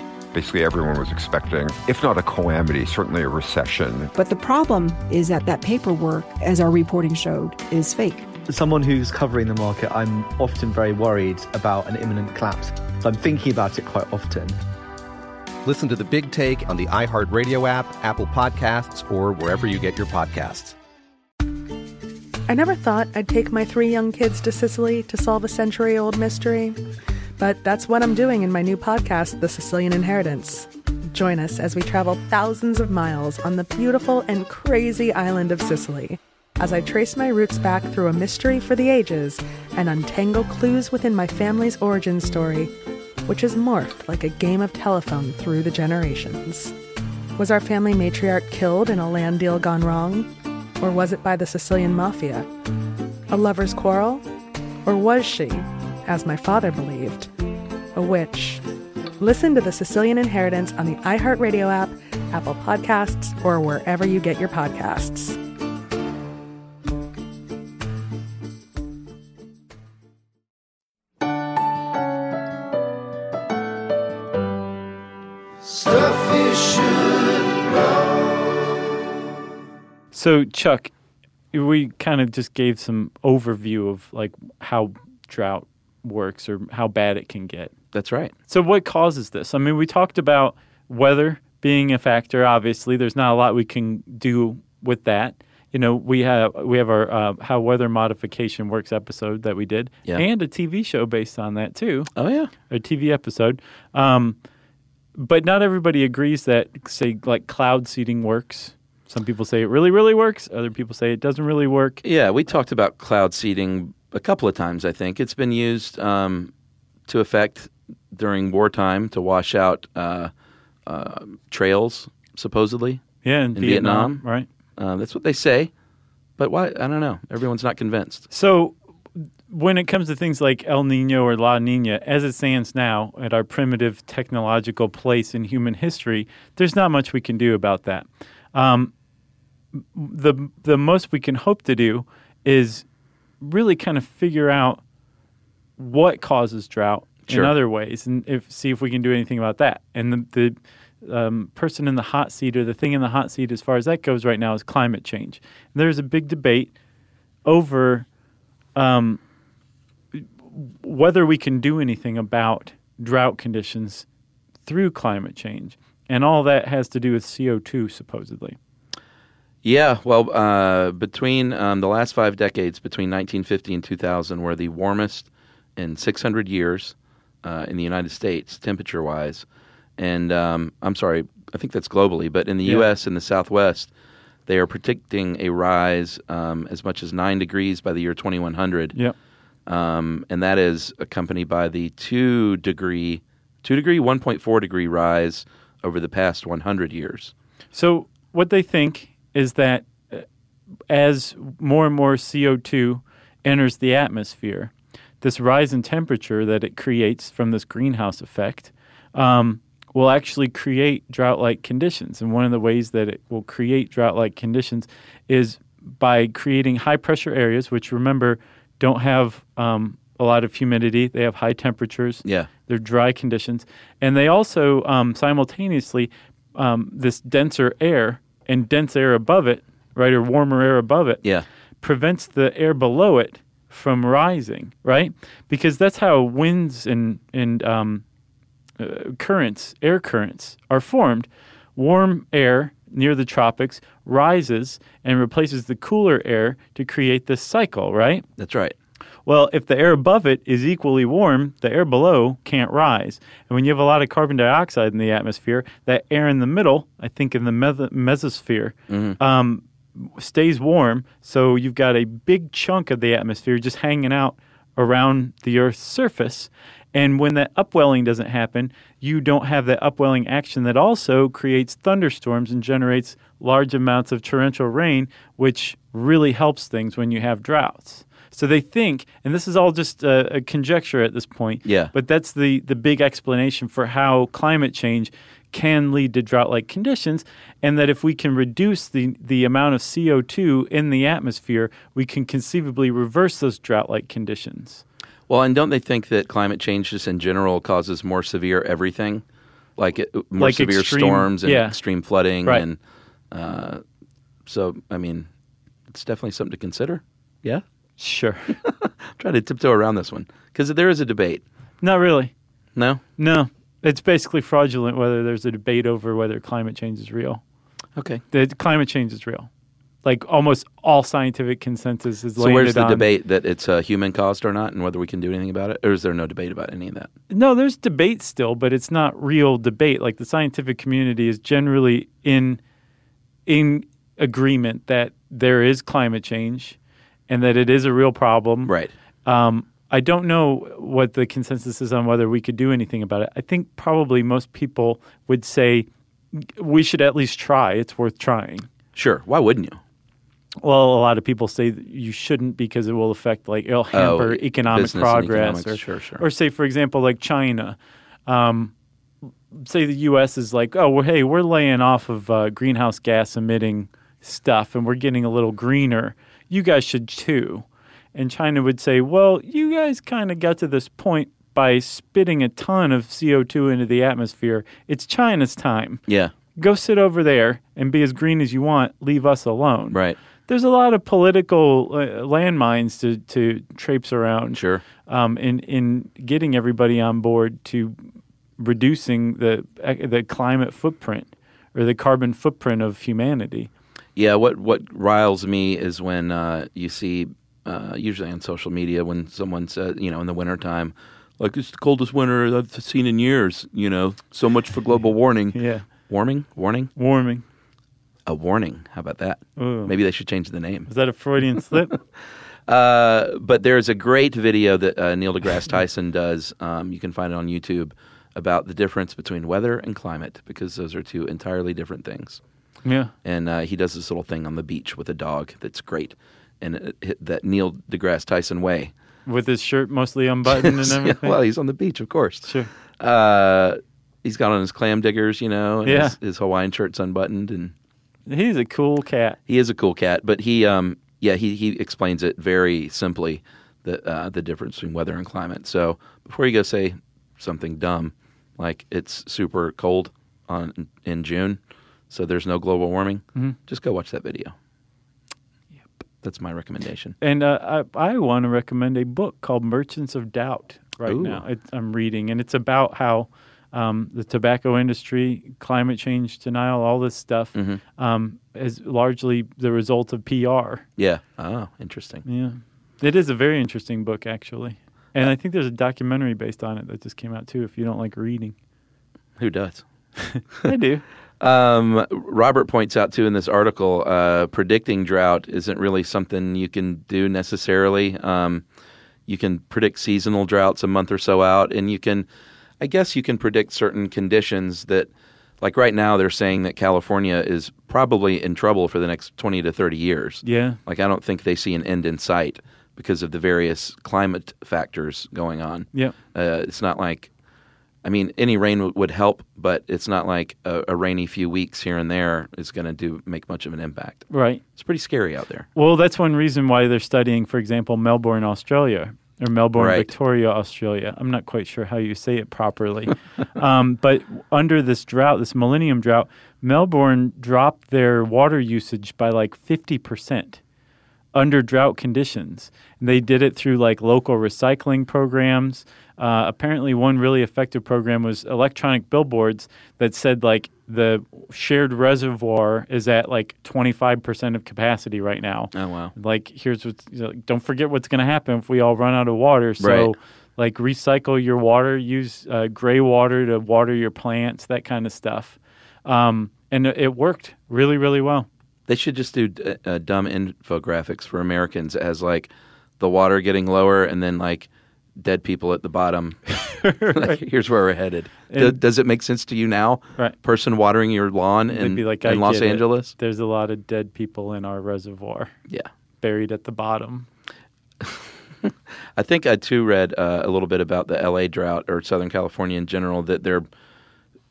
S6: Basically, everyone was expecting, if not a calamity, certainly a recession.
S7: But the problem is that that paperwork, as our reporting showed, is fake.
S8: As someone who's covering the market, I'm often very worried about an imminent collapse. So I'm thinking about it quite often.
S9: Listen to The Big Take on the iHeartRadio app, Apple Podcasts, or wherever you get your podcasts.
S10: I never thought I'd take my three young kids to Sicily to solve a century old mystery, but that's what I'm doing in my new podcast, The Sicilian Inheritance. Join us as we travel thousands of miles on the beautiful and crazy island of Sicily as I trace my roots back through a mystery for the ages and untangle clues within my family's origin story, which has morphed like a game of telephone through the generations. Was our family matriarch killed in a land deal gone wrong? Or was it by the Sicilian mafia? A lover's quarrel? Or was she, as my father believed, a witch? Listen to the Sicilian Inheritance on the iHeartRadio app, Apple Podcasts, or wherever you get your podcasts.
S5: Stuff you should know.
S4: So, Chuck, we kind of just gave some overview of like how drought works or how bad it can get.
S2: That's right.
S4: So, what causes this? I mean, we talked about weather being a factor. Obviously, there's not a lot we can do with that. You know, we have we have our uh, how weather modification works episode that we did,
S2: Yeah.
S4: and a TV show based on that too.
S2: Oh yeah,
S4: a TV episode. Um, but not everybody agrees that say like cloud seeding works. Some people say it really really works. Other people say it doesn't really work.
S2: Yeah, we talked about cloud seeding a couple of times. I think it's been used um, to affect during wartime to wash out uh, uh, trails, supposedly.
S4: Yeah, in Vietnam, right?
S2: Uh, that's what they say, but why? I don't know. Everyone's not convinced.
S4: So when it comes to things like El Nino or La Nina, as it stands now at our primitive technological place in human history, there's not much we can do about that. Um, m- the the most we can hope to do is really kind of figure out what causes drought
S2: Sure.
S4: in other ways, and if see if we can do anything about that. And the, the um, person in the hot seat or the thing in the hot seat, as far as that goes right now, is climate change. And there's a big debate over um, whether we can do anything about drought conditions through climate change. And all that has to do with CO2, supposedly.
S2: Yeah, well, uh, between um, the last five decades, between 1950 and 2000, were the warmest in 600 years uh, in the United States, temperature wise. And um, I'm sorry, I think that's globally, but in the
S4: Yeah.
S2: U.S. and the Southwest, they are predicting a rise um, as much as nine degrees by the year 2100.
S4: Yep.
S2: Um, and that is accompanied by the two degree, two degree, 1.4 degree rise over the past 100 years.
S4: So, what they think is that uh, as more and more CO2 enters the atmosphere, this rise in temperature that it creates from this greenhouse effect um, will actually create drought like conditions. And one of the ways that it will create drought like conditions is by creating high pressure areas, which remember don't have um, a lot of humidity, they have high temperatures.
S2: Yeah.
S4: They're dry conditions. And they also um, simultaneously, um, this denser air and dense air above it, right, or warmer air above it,
S2: Yeah.
S4: prevents the air below it from rising, right? Because that's how winds and, and um, uh, currents, air currents, are formed. Warm air near the tropics rises and replaces the cooler air to create this cycle, right?
S2: That's right.
S4: Well, if the air above it is equally warm, the air below can't rise. And when you have a lot of carbon dioxide in the atmosphere, that air in the middle, I think in the meso- mesosphere,
S2: Mhm.
S4: um, stays warm. So you've got a big chunk of the atmosphere just hanging out around the Earth's surface. And when that upwelling doesn't happen, you don't have that upwelling action that also creates thunderstorms and generates large amounts of torrential rain, which really helps things when you have droughts. So they think, and this is all just a, a conjecture at this point.
S2: Yeah.
S4: But that's the the big explanation for how climate change can lead to drought-like conditions, and that if we can reduce the the amount of CO two in the atmosphere, we can conceivably reverse those drought-like conditions.
S2: Well, and don't they think that climate change just in general causes more severe everything, like it, more
S4: Like
S2: severe
S4: extreme-
S2: storms and
S4: yeah.
S2: extreme flooding,
S4: Right.
S2: and uh, so I mean, it's definitely something to consider. Yeah,
S4: sure.
S2: Try to tiptoe around this one because there is a debate.
S4: [LAUGHS] Not really.
S2: No.
S4: No. It's basically fraudulent whether there's a debate over whether climate change is real.
S2: Okay.
S4: The climate change is real. Like almost all scientific consensus is
S2: So where's
S4: landed
S2: the
S4: on-
S2: debate that it's uh, human caused or not, and whether we can do anything about it, or is there no debate about any of that?
S4: No, there's debate still, but it's not real debate. Like the scientific community is generally in in agreement that there is climate change and that it is a real problem.
S2: Right.
S4: Um, I don't know what the consensus is on whether we could do anything about it. I think probably most people would say we should at least try. It's worth trying.
S2: Sure. Why wouldn't you?
S4: Well, a lot of people say that you shouldn't because it will affect, like, it'll
S2: Oh,
S4: hamper economic
S2: business and
S4: progress.
S2: economics,
S4: or,
S2: sure, sure.
S4: or say, for example, like China. Um, say the U.S. is like, oh, well, hey, we're laying off of uh, greenhouse gas emitting stuff and we're getting a little greener. You guys should too. And China would say, well, you guys kind of got to this point by spitting a ton of CO2 into the atmosphere. It's China's time.
S2: Yeah.
S4: Go sit over there and be as green as you want. Leave us alone.
S2: Right.
S4: There's a lot of political uh, landmines to, to traipse around.
S2: Sure.
S4: Um, in, in getting everybody on board to reducing the, e, the climate footprint or the carbon footprint of humanity.
S2: Yeah, what what riles me is when uh, you see, uh, usually on social media, when someone says, you know, in the wintertime, like it's the coldest winter I've seen in years. You know, so much for
S4: [LAUGHS]
S2: global warning.
S4: Yeah,
S2: warming, warning,
S4: warming.
S2: A warning. How about that?
S4: Ooh.
S2: Maybe they should change the name.
S4: Is that a Freudian slip?
S2: uh, but there's a great video that uh, Neil
S4: [LAUGHS]
S2: deGrasse Tyson does. Um, you can find it on YouTube about the difference between weather and climate because those are two entirely different things.
S4: [LAUGHS] Yeah.
S2: And uh, he does this little thing on the beach with a dog that's great, and it, it- that Neil deGrasse Tyson way.
S4: With his shirt mostly unbuttoned and
S2: [LAUGHS] Yeah,
S4: everything.
S2: well, he's on the beach, of course.
S4: Sure.
S2: Uh, he's got on his clam diggers, you know. And
S4: Yeah.
S2: His, his Hawaiian shirt's unbuttoned, and
S4: He's a cool cat.
S2: he is a cool cat. But he, um, yeah, he he explains it very simply the uh, the difference between weather and climate. So before you go say something dumb, like it's super cold on in June, so there's no global warming,
S4: Mhm.
S2: just go watch that video. Yep, that's my recommendation.
S4: And uh, I, I want to recommend a book called Merchants of Doubt right
S2: Ooh.
S4: now. It, I'm reading, and it's about how um, the tobacco industry, climate change denial, all this stuff
S2: Mhm.
S4: um, is largely the result of PR.
S2: Yeah. Oh, interesting.
S4: Yeah. It is a very interesting book, actually. And I think there's a documentary based on it that just came out, too, if you don't like reading.
S2: Who does?
S4: I do.
S2: Um, Robert points out too in this article, uh, predicting drought isn't really something you can do necessarily. Um, you can predict seasonal droughts a month or so out, and you can, I guess, you can predict certain conditions that, like right now, they're saying that California is probably in trouble for the next twenty to thirty years.
S4: [LAUGHS] Yeah.
S2: Like I don't think they see an end in sight because of the various climate factors going on.
S4: Yep.
S2: Uh, it's not like, I mean, any rain w- would help, but it's not like a, a rainy few weeks here and there is going to do make much of an impact.
S4: Right.
S2: It's pretty scary out there.
S4: Well, that's one reason why they're studying, for example, Melbourne, Australia, or Melbourne,
S2: Right.
S4: Victoria, Australia. I'm not quite sure how you say it properly. [LAUGHS] um, but under this drought, this millennium drought, Melbourne dropped their water usage by like 50% under drought conditions. And they did it through like local recycling programs. Uh, apparently, one really effective program was electronic billboards that said like the shared reservoir is at like 25% of capacity right now.
S2: Oh wow.
S4: Like here's what don't forget what's going to happen if we all run out of water. So
S2: Right.
S4: like recycle your water, use uh, gray water to water your plants, that kind of stuff. Um, and it worked really, really well.
S2: They should just do d- uh, dumb infographics for Americans as like the water getting lower and then like dead people at the
S4: [LAUGHS]
S2: bottom. like, here's where we're headed. Do-
S4: And-
S2: does it make sense to you now?
S4: Right.
S2: Person watering your lawn in,
S4: They'd be like, I
S2: in Los
S4: get it.
S2: Angeles?
S4: There's a lot of dead people in our reservoir.
S2: Yeah.
S4: Buried at the bottom.
S2: I think I too read uh, a little bit about the LA drought or Southern California in general that they're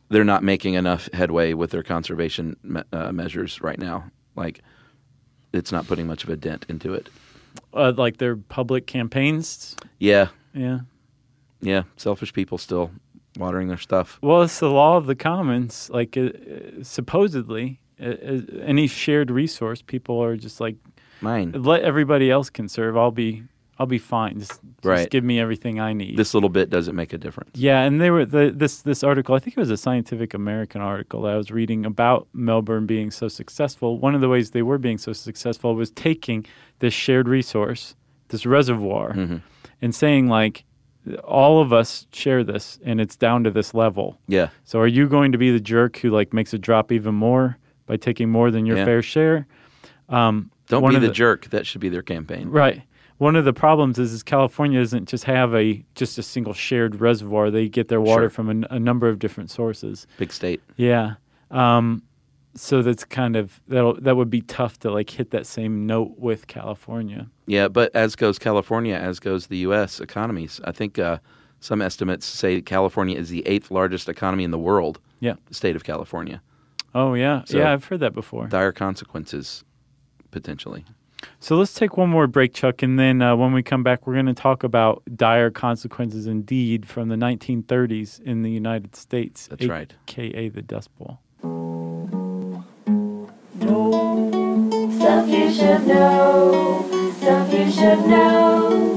S2: they're not making enough headway with their conservation me- uh, measures right now. Like it's not putting much of a dent into it.
S4: Uh, like their public campaigns.
S2: Yeah,
S4: Yeah.
S2: yeah, selfish people still watering their stuff.
S4: Well, it's the law of the commons. Like, uh, uh, supposedly, uh, uh, any shared resource, people are just like,
S2: Mine.
S4: Let everybody else conserve. I'll be, I'll be fine. Just, just
S2: Right.
S4: give me everything I need.
S2: This little bit doesn't make a difference.
S4: Yeah, and they were the, this this article. I think it was a Scientific American article that I was reading about Melbourne being so successful. One of the ways they were being so successful was taking this shared resource, this reservoir,
S2: Mm-hmm.
S4: and saying like, all of us share this, and it's down to this level.
S2: Yeah.
S4: So are you going to be the jerk who like makes it drop even more by taking more than your
S2: Yeah.
S4: fair share? Um,
S2: Don't
S4: one
S2: be
S4: of
S2: the, jerk. That should be their campaign.
S4: Right. One of the problems is, is California doesn't just have a just a single shared reservoir. They get their water
S2: Sure.
S4: from a, n- a number of different sources.
S2: Big state.
S4: Yeah. Um, so that's kind of that that would be tough to like hit that same note with California.
S2: Yeah, but as goes California, as goes the U.S. economies. I think uh, some estimates say California is the eighth largest economy in the world.
S4: Yeah.
S2: the state of California.
S4: Oh yeah,
S2: So-
S4: yeah. I've heard that before.
S2: Dire consequences, potentially.
S4: So let's take one more break, Chuck, and then uh, when we come back, we're going to talk about dire consequences indeed from the 1930s in the United States.
S2: That's right.
S4: AKA the Dust Bowl.
S5: Stuff you should know. Stuff you should know.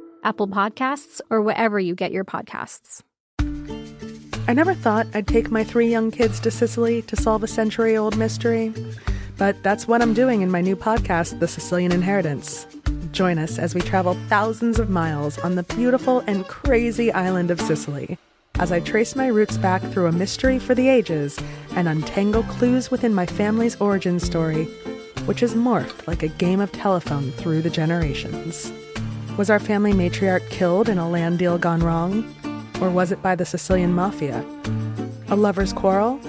S3: Apple Podcasts, or wherever you get your podcasts.
S10: I never thought I'd take my three young kids to Sicily to solve a century old mystery, but that's what I'm doing in my new podcast, The Sicilian Inheritance. Join us as we travel thousands of miles on the beautiful and crazy island of Sicily as I trace my roots back through a mystery for the ages and untangle clues within my family's origin story, which has morphed like a game of telephone through the generations. Was our family matriarch killed in a land deal gone wrong? Or was it by the Sicilian mafia? A lover's quarrel?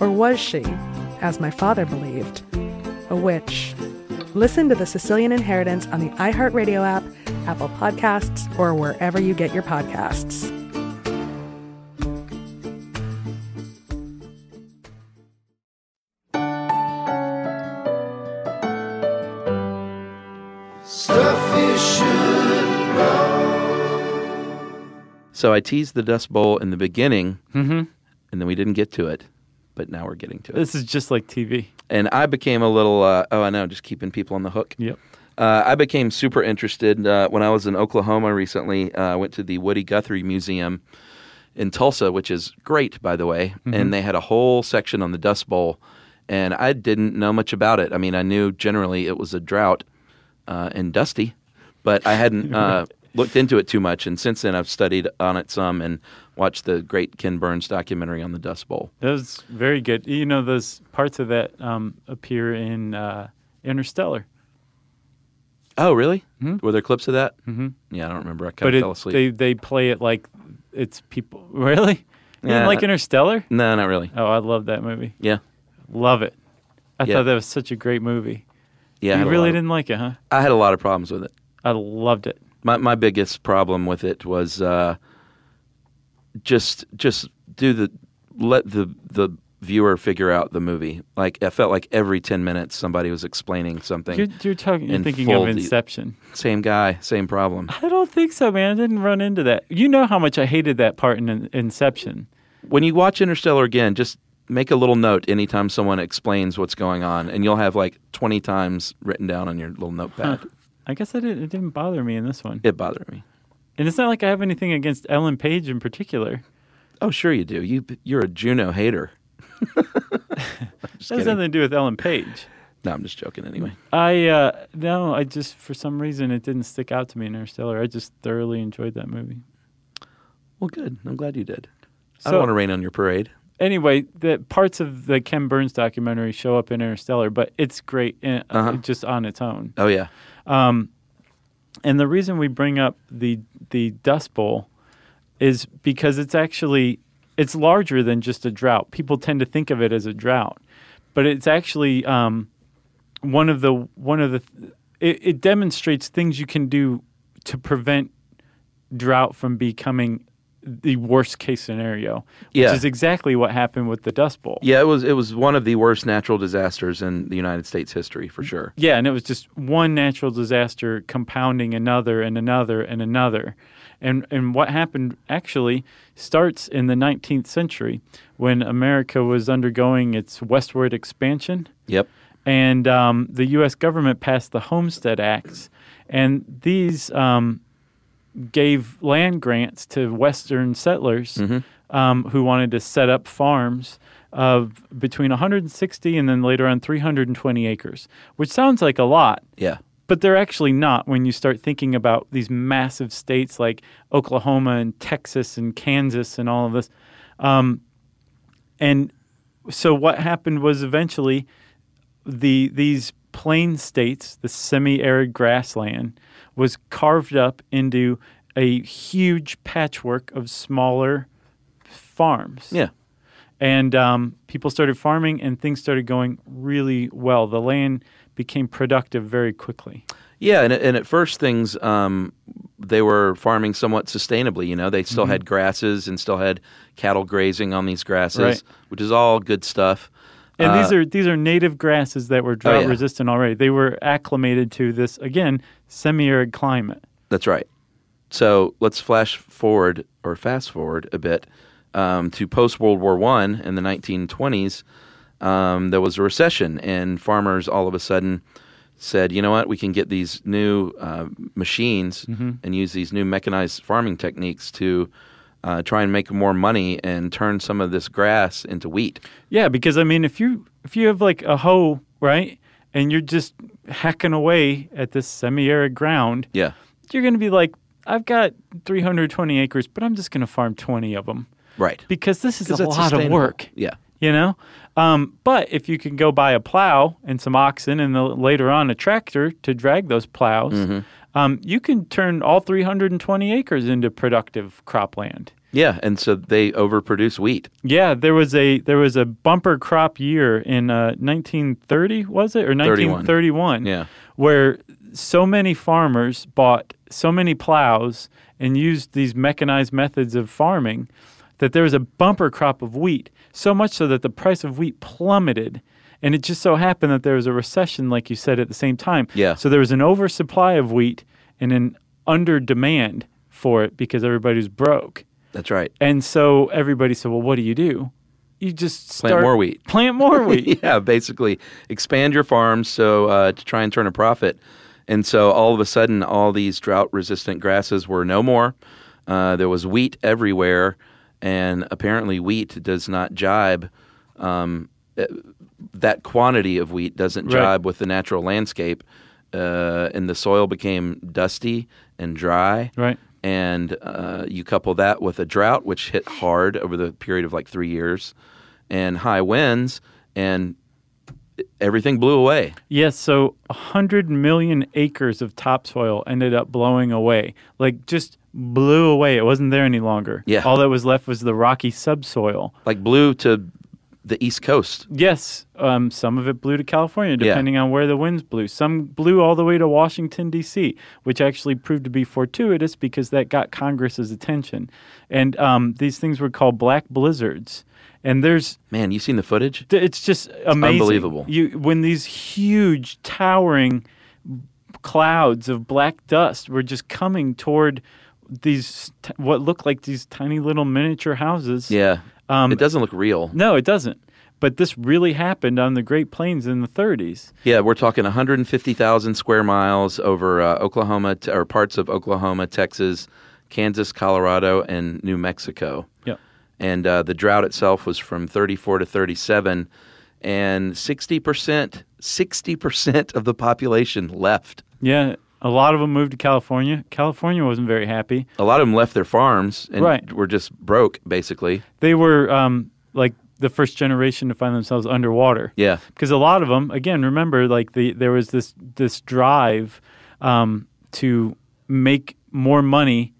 S10: Or was she, as my father believed, a witch? Listen to the Sicilian Inheritance on the iHeartRadio app, Apple Podcasts, or wherever you get your podcasts.
S5: Stuff you should know.
S2: So I teased the Dust Bowl in the beginning,
S4: Mhm.
S2: and then we didn't get to it, but now we're getting to it.
S4: This is just like TV.
S2: and I became a little. Uh, oh, I know, just keeping people on the hook.
S4: Yep.
S2: Uh, I became super interested uh, when I was in Oklahoma recently. Uh, I went to the Woody Guthrie Museum in Tulsa, which is great, by the way.
S4: Mhm.
S2: And they had a whole section on the Dust Bowl, and I didn't know much about it. I mean, I knew generally it was a drought uh, and dusty, but I
S4: [LAUGHS]
S2: hadn't uh, looked into it too much. And since then, I've studied on it some and watched the great Ken Burns documentary on the Dust Bowl.
S4: That was very good. You know, those parts of that um, appear in uh, Interstellar.
S2: Oh, really? Were there clips of that? Mm-hmm. Yeah, I don't remember. I kind of
S4: but it,
S2: fell asleep.
S4: they they play it like it's people. [LAUGHS] Really? You didn't
S2: Yeah.
S4: like Interstellar?
S2: No, not really.
S4: Oh, I love that movie.
S2: Yeah.
S4: Love it. I
S2: Yeah.
S4: thought that was such a great movie.
S2: Yeah, I had
S4: you
S2: a
S4: really
S2: lot of-
S4: didn't like it, huh?
S2: I had a lot of problems with it.
S4: I loved it.
S2: My my biggest problem with it was uh, just just do the let the the viewer figure out the movie. Like I felt like every ten minutes somebody was explaining something.
S4: You're- you're talking- you're
S2: in
S4: thinking of
S2: full de-
S4: Inception.
S2: same guy, same problem.
S4: I don't think so, man. I didn't run into that. You know how much I hated that part in in Inception.
S2: When you watch Interstellar again, just make a little note anytime someone explains what's going on, and you'll have like twenty times written down on your little notepad.
S4: Huh. I guess I didn't, it didn't bother me in this one.
S2: It bothered me.
S4: And it's not like I have anything against Ellen Page in particular.
S2: Oh, sure you do. You you're a Juno hater.
S4: That has nothing to do with Ellen Page.
S2: No, I'm just joking anyway.
S4: I uh, no, I just for some reason it didn't stick out to me in Interstellar. I just thoroughly enjoyed that movie.
S2: Well, good. I'm glad you did. I
S4: So-
S2: don't want to rain on your parade.
S4: Anyway, the parts of the Ken Burns documentary show up in Interstellar, but it's great in, uh,
S2: Uh-huh.
S4: just on its own.
S2: Oh yeah.
S4: Um, and the reason we bring up the the Dust Bowl is because it's actually it's larger than just a drought. People tend to think of it as a drought, but it's actually um, one of the one of the it, it demonstrates things you can do to prevent drought from becoming the worst case scenario, which
S2: Yeah.
S4: is exactly what happened with the Dust Bowl.
S2: Yeah, it was it was one of the worst natural disasters in the United States history for sure.
S4: Yeah, and it was just one natural disaster compounding another and another and another. And and what happened actually starts in the 19th century when America was undergoing its westward expansion.
S2: Yep.
S4: And um, the U.S. government passed the Homestead Acts, and these um, gave land grants to Western settlers um, who wanted to set up farms of between 160 and then later on 320 acres, which sounds like a lot.
S2: Yeah.
S4: But they're actually not when you start thinking about these massive states like Oklahoma and Texas and Kansas and all of this. Um, and so what happened was eventually the these plain states, the semi-arid grassland, was carved up into a huge patchwork of smaller farms.
S2: Yeah.
S4: And um, people started farming, and things started going really well. The land became productive very quickly.
S2: Yeah, and, and at first things um, they were farming somewhat sustainably. You know, they still
S4: Mhm.
S2: had grasses and still had cattle grazing on these grasses,
S4: Right.
S2: which is all good stuff.
S4: And
S2: Uh, Oh,
S4: these are these are native grasses that were drought
S2: yeah.
S4: resistant already. They were acclimated to this again semi-arid climate.
S2: That's right. So let's flash forward or fast forward a bit um, to post World War One in the 1920s. Um, there was a recession, and farmers all of a sudden said, "You know what? We can get these new uh, machines
S4: Mhm.
S2: and use these new mechanized farming techniques to uh, try and make more money and turn some of this grass into wheat."
S4: Yeah, because I mean, if you if you have like a hoe, right, and you're just hacking away at this semi-arid ground,
S2: Yeah.
S4: you're going to be like, I've got 320 acres, but I'm just going to farm 20 of them,
S2: Right.
S4: Because this is
S2: 'Cause
S4: a
S2: that's
S4: lot of
S2: sustainable.
S4: work.
S2: Yeah.
S4: you know. Um, but if you can go buy a plow and some oxen, and the, later on a tractor to drag those plows,
S2: Mhm.
S4: um, you can turn all 320 acres into productive cropland.
S2: Yeah, and so they overproduce wheat.
S4: Yeah, there was a there was a bumper crop year in uh, 1930, was it or
S2: 31.
S4: 1931?
S2: Yeah.
S4: where so many farmers bought so many plows and used these mechanized methods of farming that there was a bumper crop of wheat. So much so that the price of wheat plummeted, and it just so happened that there was a recession, like you said, at the same time.
S2: Yeah.
S4: So there was an oversupply of wheat and an under demand for it because everybody was broke.
S2: That's right.
S4: And so everybody said, "Well, what do you do? You just
S2: plant
S4: start-
S2: more wheat. [LAUGHS]
S4: Plant more wheat.
S2: yeah, basically expand your farms so uh, to try and turn a profit. And so all of a sudden, all these drought-resistant grasses were no more. Uh, there was wheat everywhere, and apparently, wheat does not jibe. Um, eh, that quantity of wheat doesn't
S4: Right.
S2: jibe with the natural landscape, uh, and the soil became dusty and dry.
S4: Right.
S2: And uh, you couple that with a drought, which hit hard over the period of like three years, and high winds, and everything blew away.
S4: Yes, so 100 million acres of topsoil ended up blowing away. Like just blew away. It wasn't there any longer.
S2: Yeah.
S4: All that was left was the rocky subsoil.
S2: Like blew to the East Coast.
S4: Yes, um, some of it blew to California, depending on where the winds blew. Some blew all the way to Washington, D.C., which actually proved to be fortuitous because that got Congress's attention. And um, these things were called black blizzards. And there's
S2: man, you seen the footage?
S4: It's just amazing,
S2: unbelievable.
S4: You when these huge towering clouds of black dust were just coming toward these t- what looked like these tiny little miniature houses.
S2: Yeah.
S4: Um,
S2: it doesn't look real.
S4: No, it doesn't. But this really happened on the Great Plains in the 30s.
S2: Yeah, we're talking 150,000 square miles over uh, Oklahoma t- or parts of Oklahoma, Texas, Kansas, Colorado, and New Mexico.
S4: Yep.
S2: And uh, the drought itself was from 34 to 37, and 60%, 60% of the population left.
S4: Yeah, a lot of them moved to California. California wasn't very happy.
S2: A lot of them left their farms and
S4: Right.
S2: were just broke, basically.
S4: They were um, like the first generation to find themselves underwater.
S2: Yeah.
S4: because a lot of them again remember like the there was this this drive um, to make more money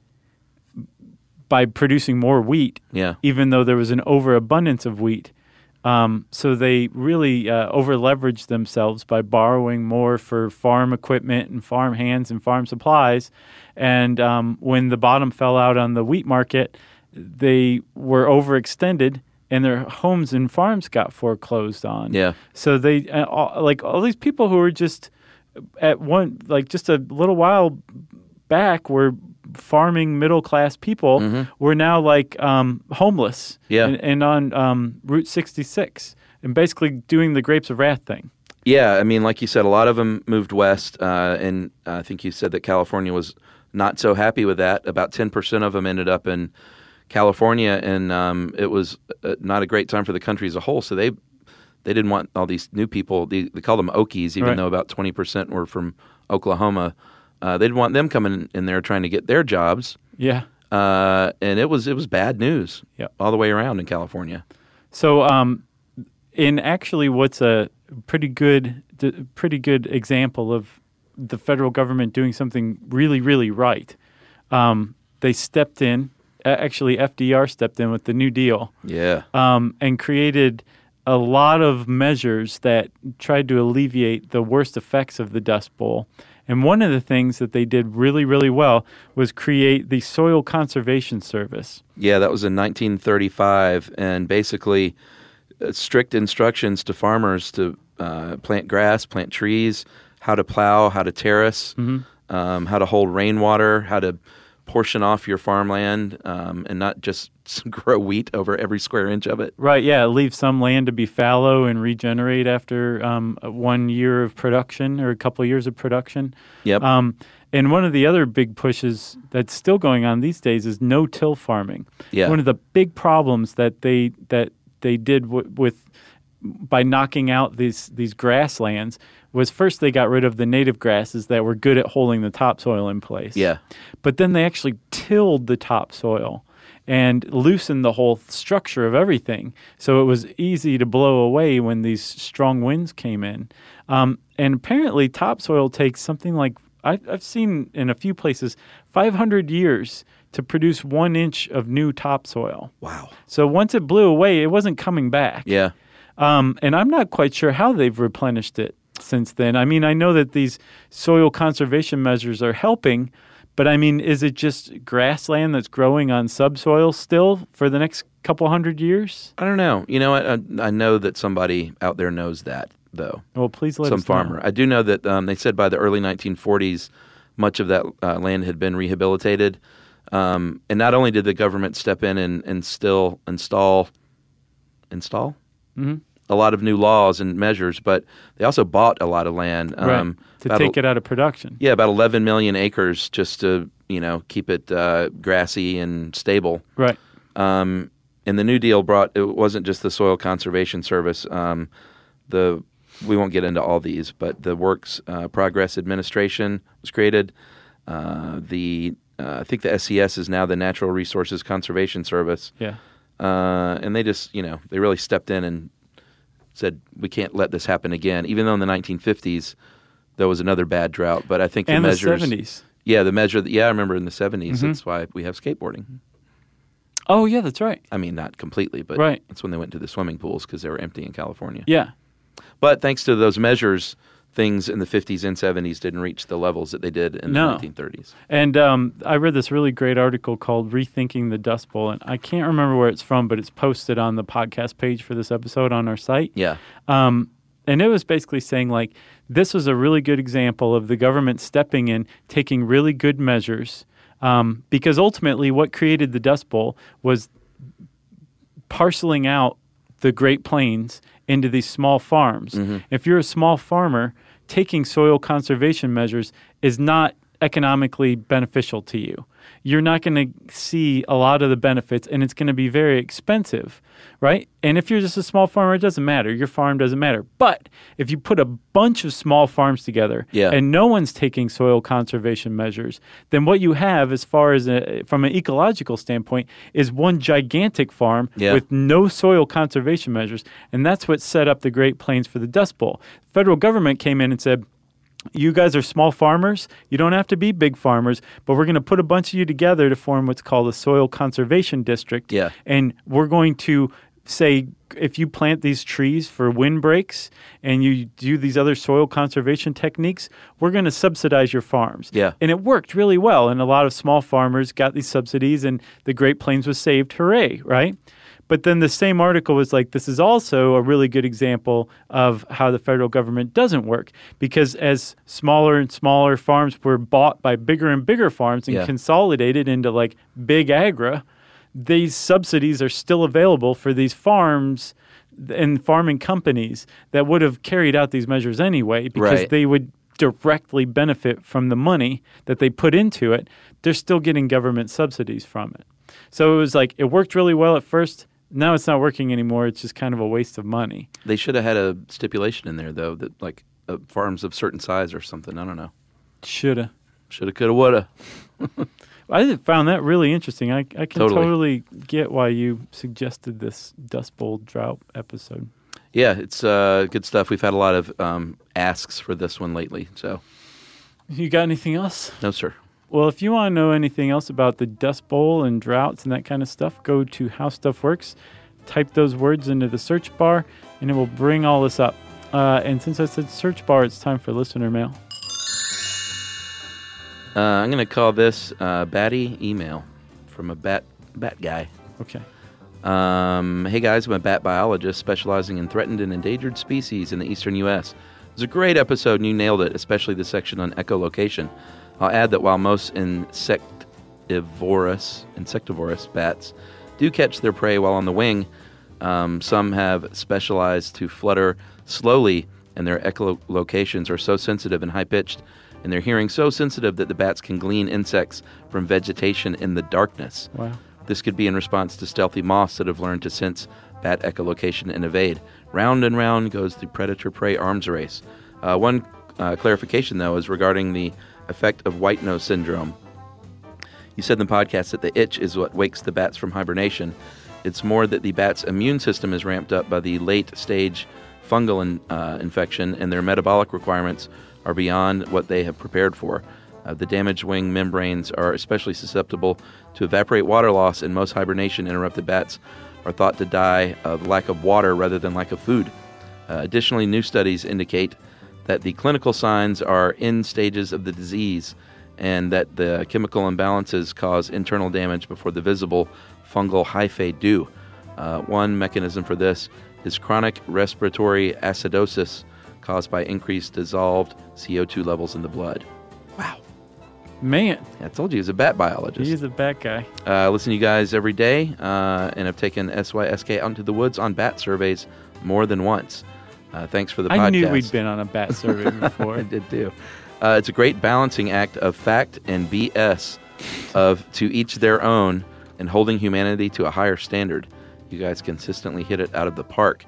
S4: by producing more wheat
S2: Yeah.
S4: even though there was an overabundance of wheat um, so they really uh, overleveraged themselves by borrowing more for farm equipment and farm hands and farm supplies and um, when the bottom fell out on the wheat market they were overextended and their homes and farms got foreclosed on
S2: Yeah.
S4: so they uh, all, like all these people who were just at one like just a little while back were farming middle class people were now like um, homeless.
S2: Mm-hmm. Yeah.
S4: And, and on um, Route 66 and basically doing the Grapes of Wrath thing.
S2: Yeah, I mean, like you said, a lot of them moved west, uh, and I think you said that California was not so happy with that. About ten percent of them ended up in California, and um, it was uh, not a great time for the country as a whole. So they they didn't want all these new people. They, they call them Okies, even
S4: Right.
S2: though about twenty percent were from Oklahoma. Uh, they didn't want them coming in there trying to get their jobs.
S4: Yeah.
S2: Uh, and it was it was bad news
S4: Yep.
S2: all the way around in California.
S4: So, um, in actually, what's a pretty good, d- pretty good example of the federal government doing something really, really right? Um, they stepped in. a- Actually, FDR stepped in with the New Deal.
S2: Yeah.
S4: um, and created a lot of measures that tried to alleviate the worst effects of the Dust Bowl. And one of the things that they did really, really well was create the Soil Conservation Service.
S2: Yeah, that was in 1935, and basically uh, strict instructions to farmers to uh, plant grass, plant trees, how to plow, how to terrace,
S4: Mhm.
S2: um, how to hold rainwater, how to portion off your farmland, um, and not just [LAUGHS] grow wheat over every square inch of it.
S4: Right, yeah, leave some land to be fallow and regenerate after um, one year of production or a couple years of production.
S2: Yep.
S4: Um, and one of the other big pushes that's still going on these days is no-till farming.
S2: Yeah.
S4: One of the big problems that they that they did w- with by knocking out these these grasslands was first they got rid of the native grasses that were good at holding the topsoil in place.
S2: Yeah.
S4: But then they actually tilled the topsoil and loosened the whole structure of everything. So it was easy to blow away when these strong winds came in. Um, and apparently, topsoil takes something like I've, I've seen in a few places 500 years to produce one inch of new topsoil.
S2: Wow.
S4: So once it blew away, it wasn't coming back.
S2: Yeah.
S4: Um, and I'm not quite sure how they've replenished it since then. I mean, I know that these soil conservation measures are helping, but I mean, is it just grassland that's growing on subsoil still for the next couple hundred years?
S2: I don't know. You know, I, I- I know that somebody out there knows that, though.
S4: Well, please let
S2: some
S4: us know.
S2: farmer. I do know that um, they said by the early 1940s, much of that uh, land had been rehabilitated, um, and not only did the government step in and, and still install install
S4: Mhm.
S2: a lot of new laws and measures, but they also bought a lot of land um,
S4: right. To take it out of production.
S2: Yeah, about 11 million acres just to you know keep it uh, grassy and stable.
S4: Right.
S2: Um, and the New Deal brought it wasn't just the Soil Conservation Service. Um, the we won't get into all these, but the Works uh, Progress Administration was created. Uh, the uh, I think the SES is now the Natural Resources Conservation Service.
S4: Yeah.
S2: Uh, and they just you know they really stepped in and said we can't let this happen again. Even though in the 1950s there was another bad drought, but I think the
S4: And the
S2: measures
S4: 70s.
S2: Yeah, the measure. Yeah, I remember in the 70s.
S4: Mhm.
S2: That's why we have skateboarding.
S4: Oh yeah, that's right.
S2: I mean, not completely, but
S4: Right.
S2: that's when they went to the swimming pools because they were empty in California.
S4: Yeah.
S2: But thanks to those measures, things in the 50s and 70s didn't reach the levels that they did in
S4: No.
S2: the 1930s.
S4: And um, I read this really great article called Rethinking the Dust Bowl. And I can't remember where it's from, but it's posted on the podcast page for this episode on our site.
S2: Yeah.
S4: Um, and it was basically saying, like, this was a really good example of the government stepping in, taking really good measures. Um, because ultimately, what created the Dust Bowl was parceling out the Great Plains into these small farms. If you're a small farmer, taking soil conservation measures is not economically beneficial to you. You're not going to see a lot of the benefits and it's going to be very expensive, right? And if you're just a small farmer, it doesn't matter. Your farm doesn't matter. But if you put a bunch of small farms together
S2: Yeah.
S4: and no one's taking soil conservation measures, then what you have, as far as a, from an ecological standpoint, is one gigantic farm
S2: Yeah.
S4: with no soil conservation measures. And that's what set up the Great Plains for the Dust Bowl. federal government came in and said, you guys are small farmers. You don't have to be big farmers, but we're going to put a bunch of you together to form what's called a soil conservation district.
S2: Yeah.
S4: And we're going to say if you plant these trees for windbreaks and you do these other soil conservation techniques, we're going to subsidize your farms.
S2: Yeah.
S4: And it worked really well. And a lot of small farmers got these subsidies, and the Great Plains was saved. Hooray, right? But then the same article was like, this is also a really good example of how the federal government doesn't work. Because as smaller and smaller farms were bought by bigger and bigger farms and
S2: Yeah.
S4: consolidated into like big agra, these subsidies are still available for these farms and farming companies that would have carried out these measures anyway because
S2: Right.
S4: they would directly benefit from the money that they put into it. They're still getting government subsidies from it. So it was like it worked really well at first. Now it's not working anymore. It's just kind of a waste of money.
S2: They should have had a stipulation in there, though, that like uh, farms of certain size or something. I don't know.
S4: Shoulda.
S2: Shoulda, coulda, woulda.
S4: I just found that really interesting. I, I can
S2: Totally.
S4: totally. get why you suggested this Dust Bowl drought episode.
S2: Yeah, it's uh, good stuff. We've had a lot of um, asks for this one lately. So,
S4: You got anything else?
S2: no, sir.
S4: Well, if you want to know anything else about the Dust Bowl and droughts and that kind of stuff, go to How Stuff Works, type those words into the search bar, and it will bring all this up. Uh, and since I said search bar, it's time for listener mail.
S2: Uh, I'm going to call this uh, Batty email from a bat bat guy.
S4: Okay.
S2: Um, hey guys, I'm a bat biologist specializing in threatened and endangered species in the eastern U.S. It was a great episode, and you nailed it, especially the section on echolocation. I'll add that while most insectivorous insectivorous bats do catch their prey while on the wing, um, some have specialized to flutter slowly, and their echolocations are so sensitive and high pitched, and their hearing so sensitive that the bats can glean insects from vegetation in the darkness.
S4: Wow.
S2: This could be in response to stealthy moths that have learned to sense bat echolocation and evade. Round and round goes the predator prey arms race. Uh, one uh, clarification, though, is regarding the effect of white nose syndrome. You said in the podcast that the itch is what wakes the bats from hibernation. It's more that the bat's immune system is ramped up by the late stage fungal in, uh, infection, and their metabolic requirements are beyond what they have prepared for. Uh, the damaged wing membranes are especially susceptible to evaporate water loss, and most hibernation interrupted bats are thought to die of lack of water rather than lack of food. Uh, additionally, new studies indicate that the clinical signs are in stages of the disease and that the chemical imbalances cause internal damage before the visible fungal hyphae do. Uh, one mechanism for this is chronic respiratory acidosis caused by increased dissolved CO2 levels in the blood.
S4: Man,
S2: I told you he's a bat biologist.
S4: he's a bat guy.
S2: Uh, I listen to you guys every day, uh, and I've taken SYSK out into the woods on bat surveys more than once. Uh, thanks for the podcast.
S4: I knew we'd been on a
S2: [LAUGHS]
S4: bat survey before.
S2: I did too. Uh, it's a great balancing act of fact and BS, of to each their own, and holding humanity to a higher standard. You guys consistently hit it out of the park.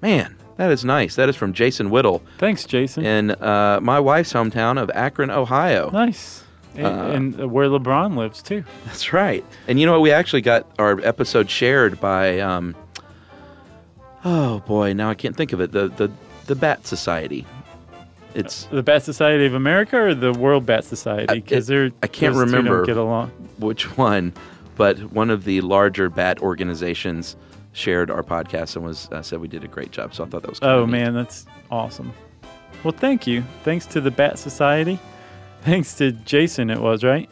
S2: Man, that is nice. That is from Jason Whittle
S4: Thanks, Jason.
S2: in uh, my wife's hometown of Akron, Ohio.
S4: Nice. And,
S2: Uh,
S4: and where LeBron lives, too.
S2: That's right. And you know what? We actually got our episode shared by um, Oh boy, now I can't think of it. The the the Bat Society. It's
S4: the Bat Society of America or the World Bat Society? Because they're
S2: I can't
S4: those two don't
S2: remember
S4: Get along.
S2: which [LAUGHS] one, but one of the larger bat organizations shared our podcast and was uh, said we did a great job. So I thought that was. Cool.
S4: Oh man, that's awesome. Well, thank you. Thanks to the Bat Society. [LAUGHS] Thanks to Jason. It was right.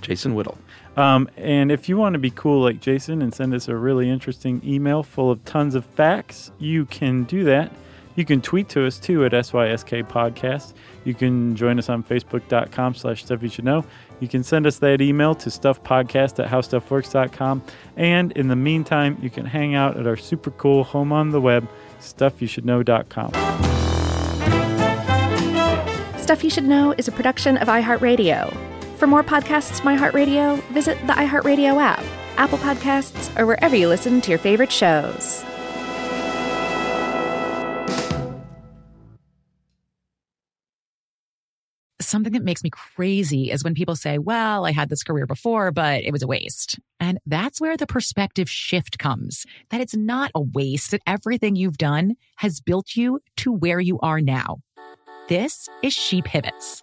S2: Jason Whittle.
S4: Um, and if you want to be cool like Jason and send us a really interesting email full of tons of facts, you can do that. You can tweet to us too at SYSK Podcast. You can join us on Facebook.com slash Stuff You Should Know. You can send us that email to stuffpodcast at howstuffworks.com. And in the meantime, you can hang out at our super cool home on the web, stuffyoushouldknow.com.
S10: Stuff You Should Know is a production of iHeartRadio. For more podcasts from iHeartRadio, visit the iHeartRadio app, Apple Podcasts, or wherever you listen to your favorite shows.
S1: Something that makes me crazy is when people say, well, I had this career before, but it was a waste. And that's where the perspective shift comes that it's not a waste, that everything you've done has built you to where you are now. This is She Pivots,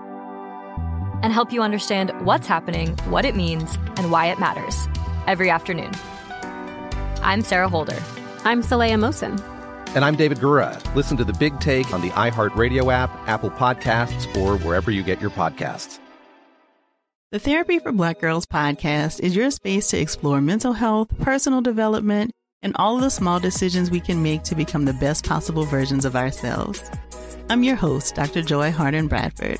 S3: and help you understand what's happening, what it means, and why it matters every afternoon. I'm Sarah Holder.
S11: I'm Saleya Mosin.
S12: And I'm David Gura. Listen to The Big Take on the iHeartRadio app, Apple Podcasts, or wherever you get your podcasts.
S13: The Therapy for Black Girls podcast is your space to explore mental health, personal development, and all of the small decisions we can make to become the best possible versions of ourselves. I'm your host, Dr. Joy Harden Bradford,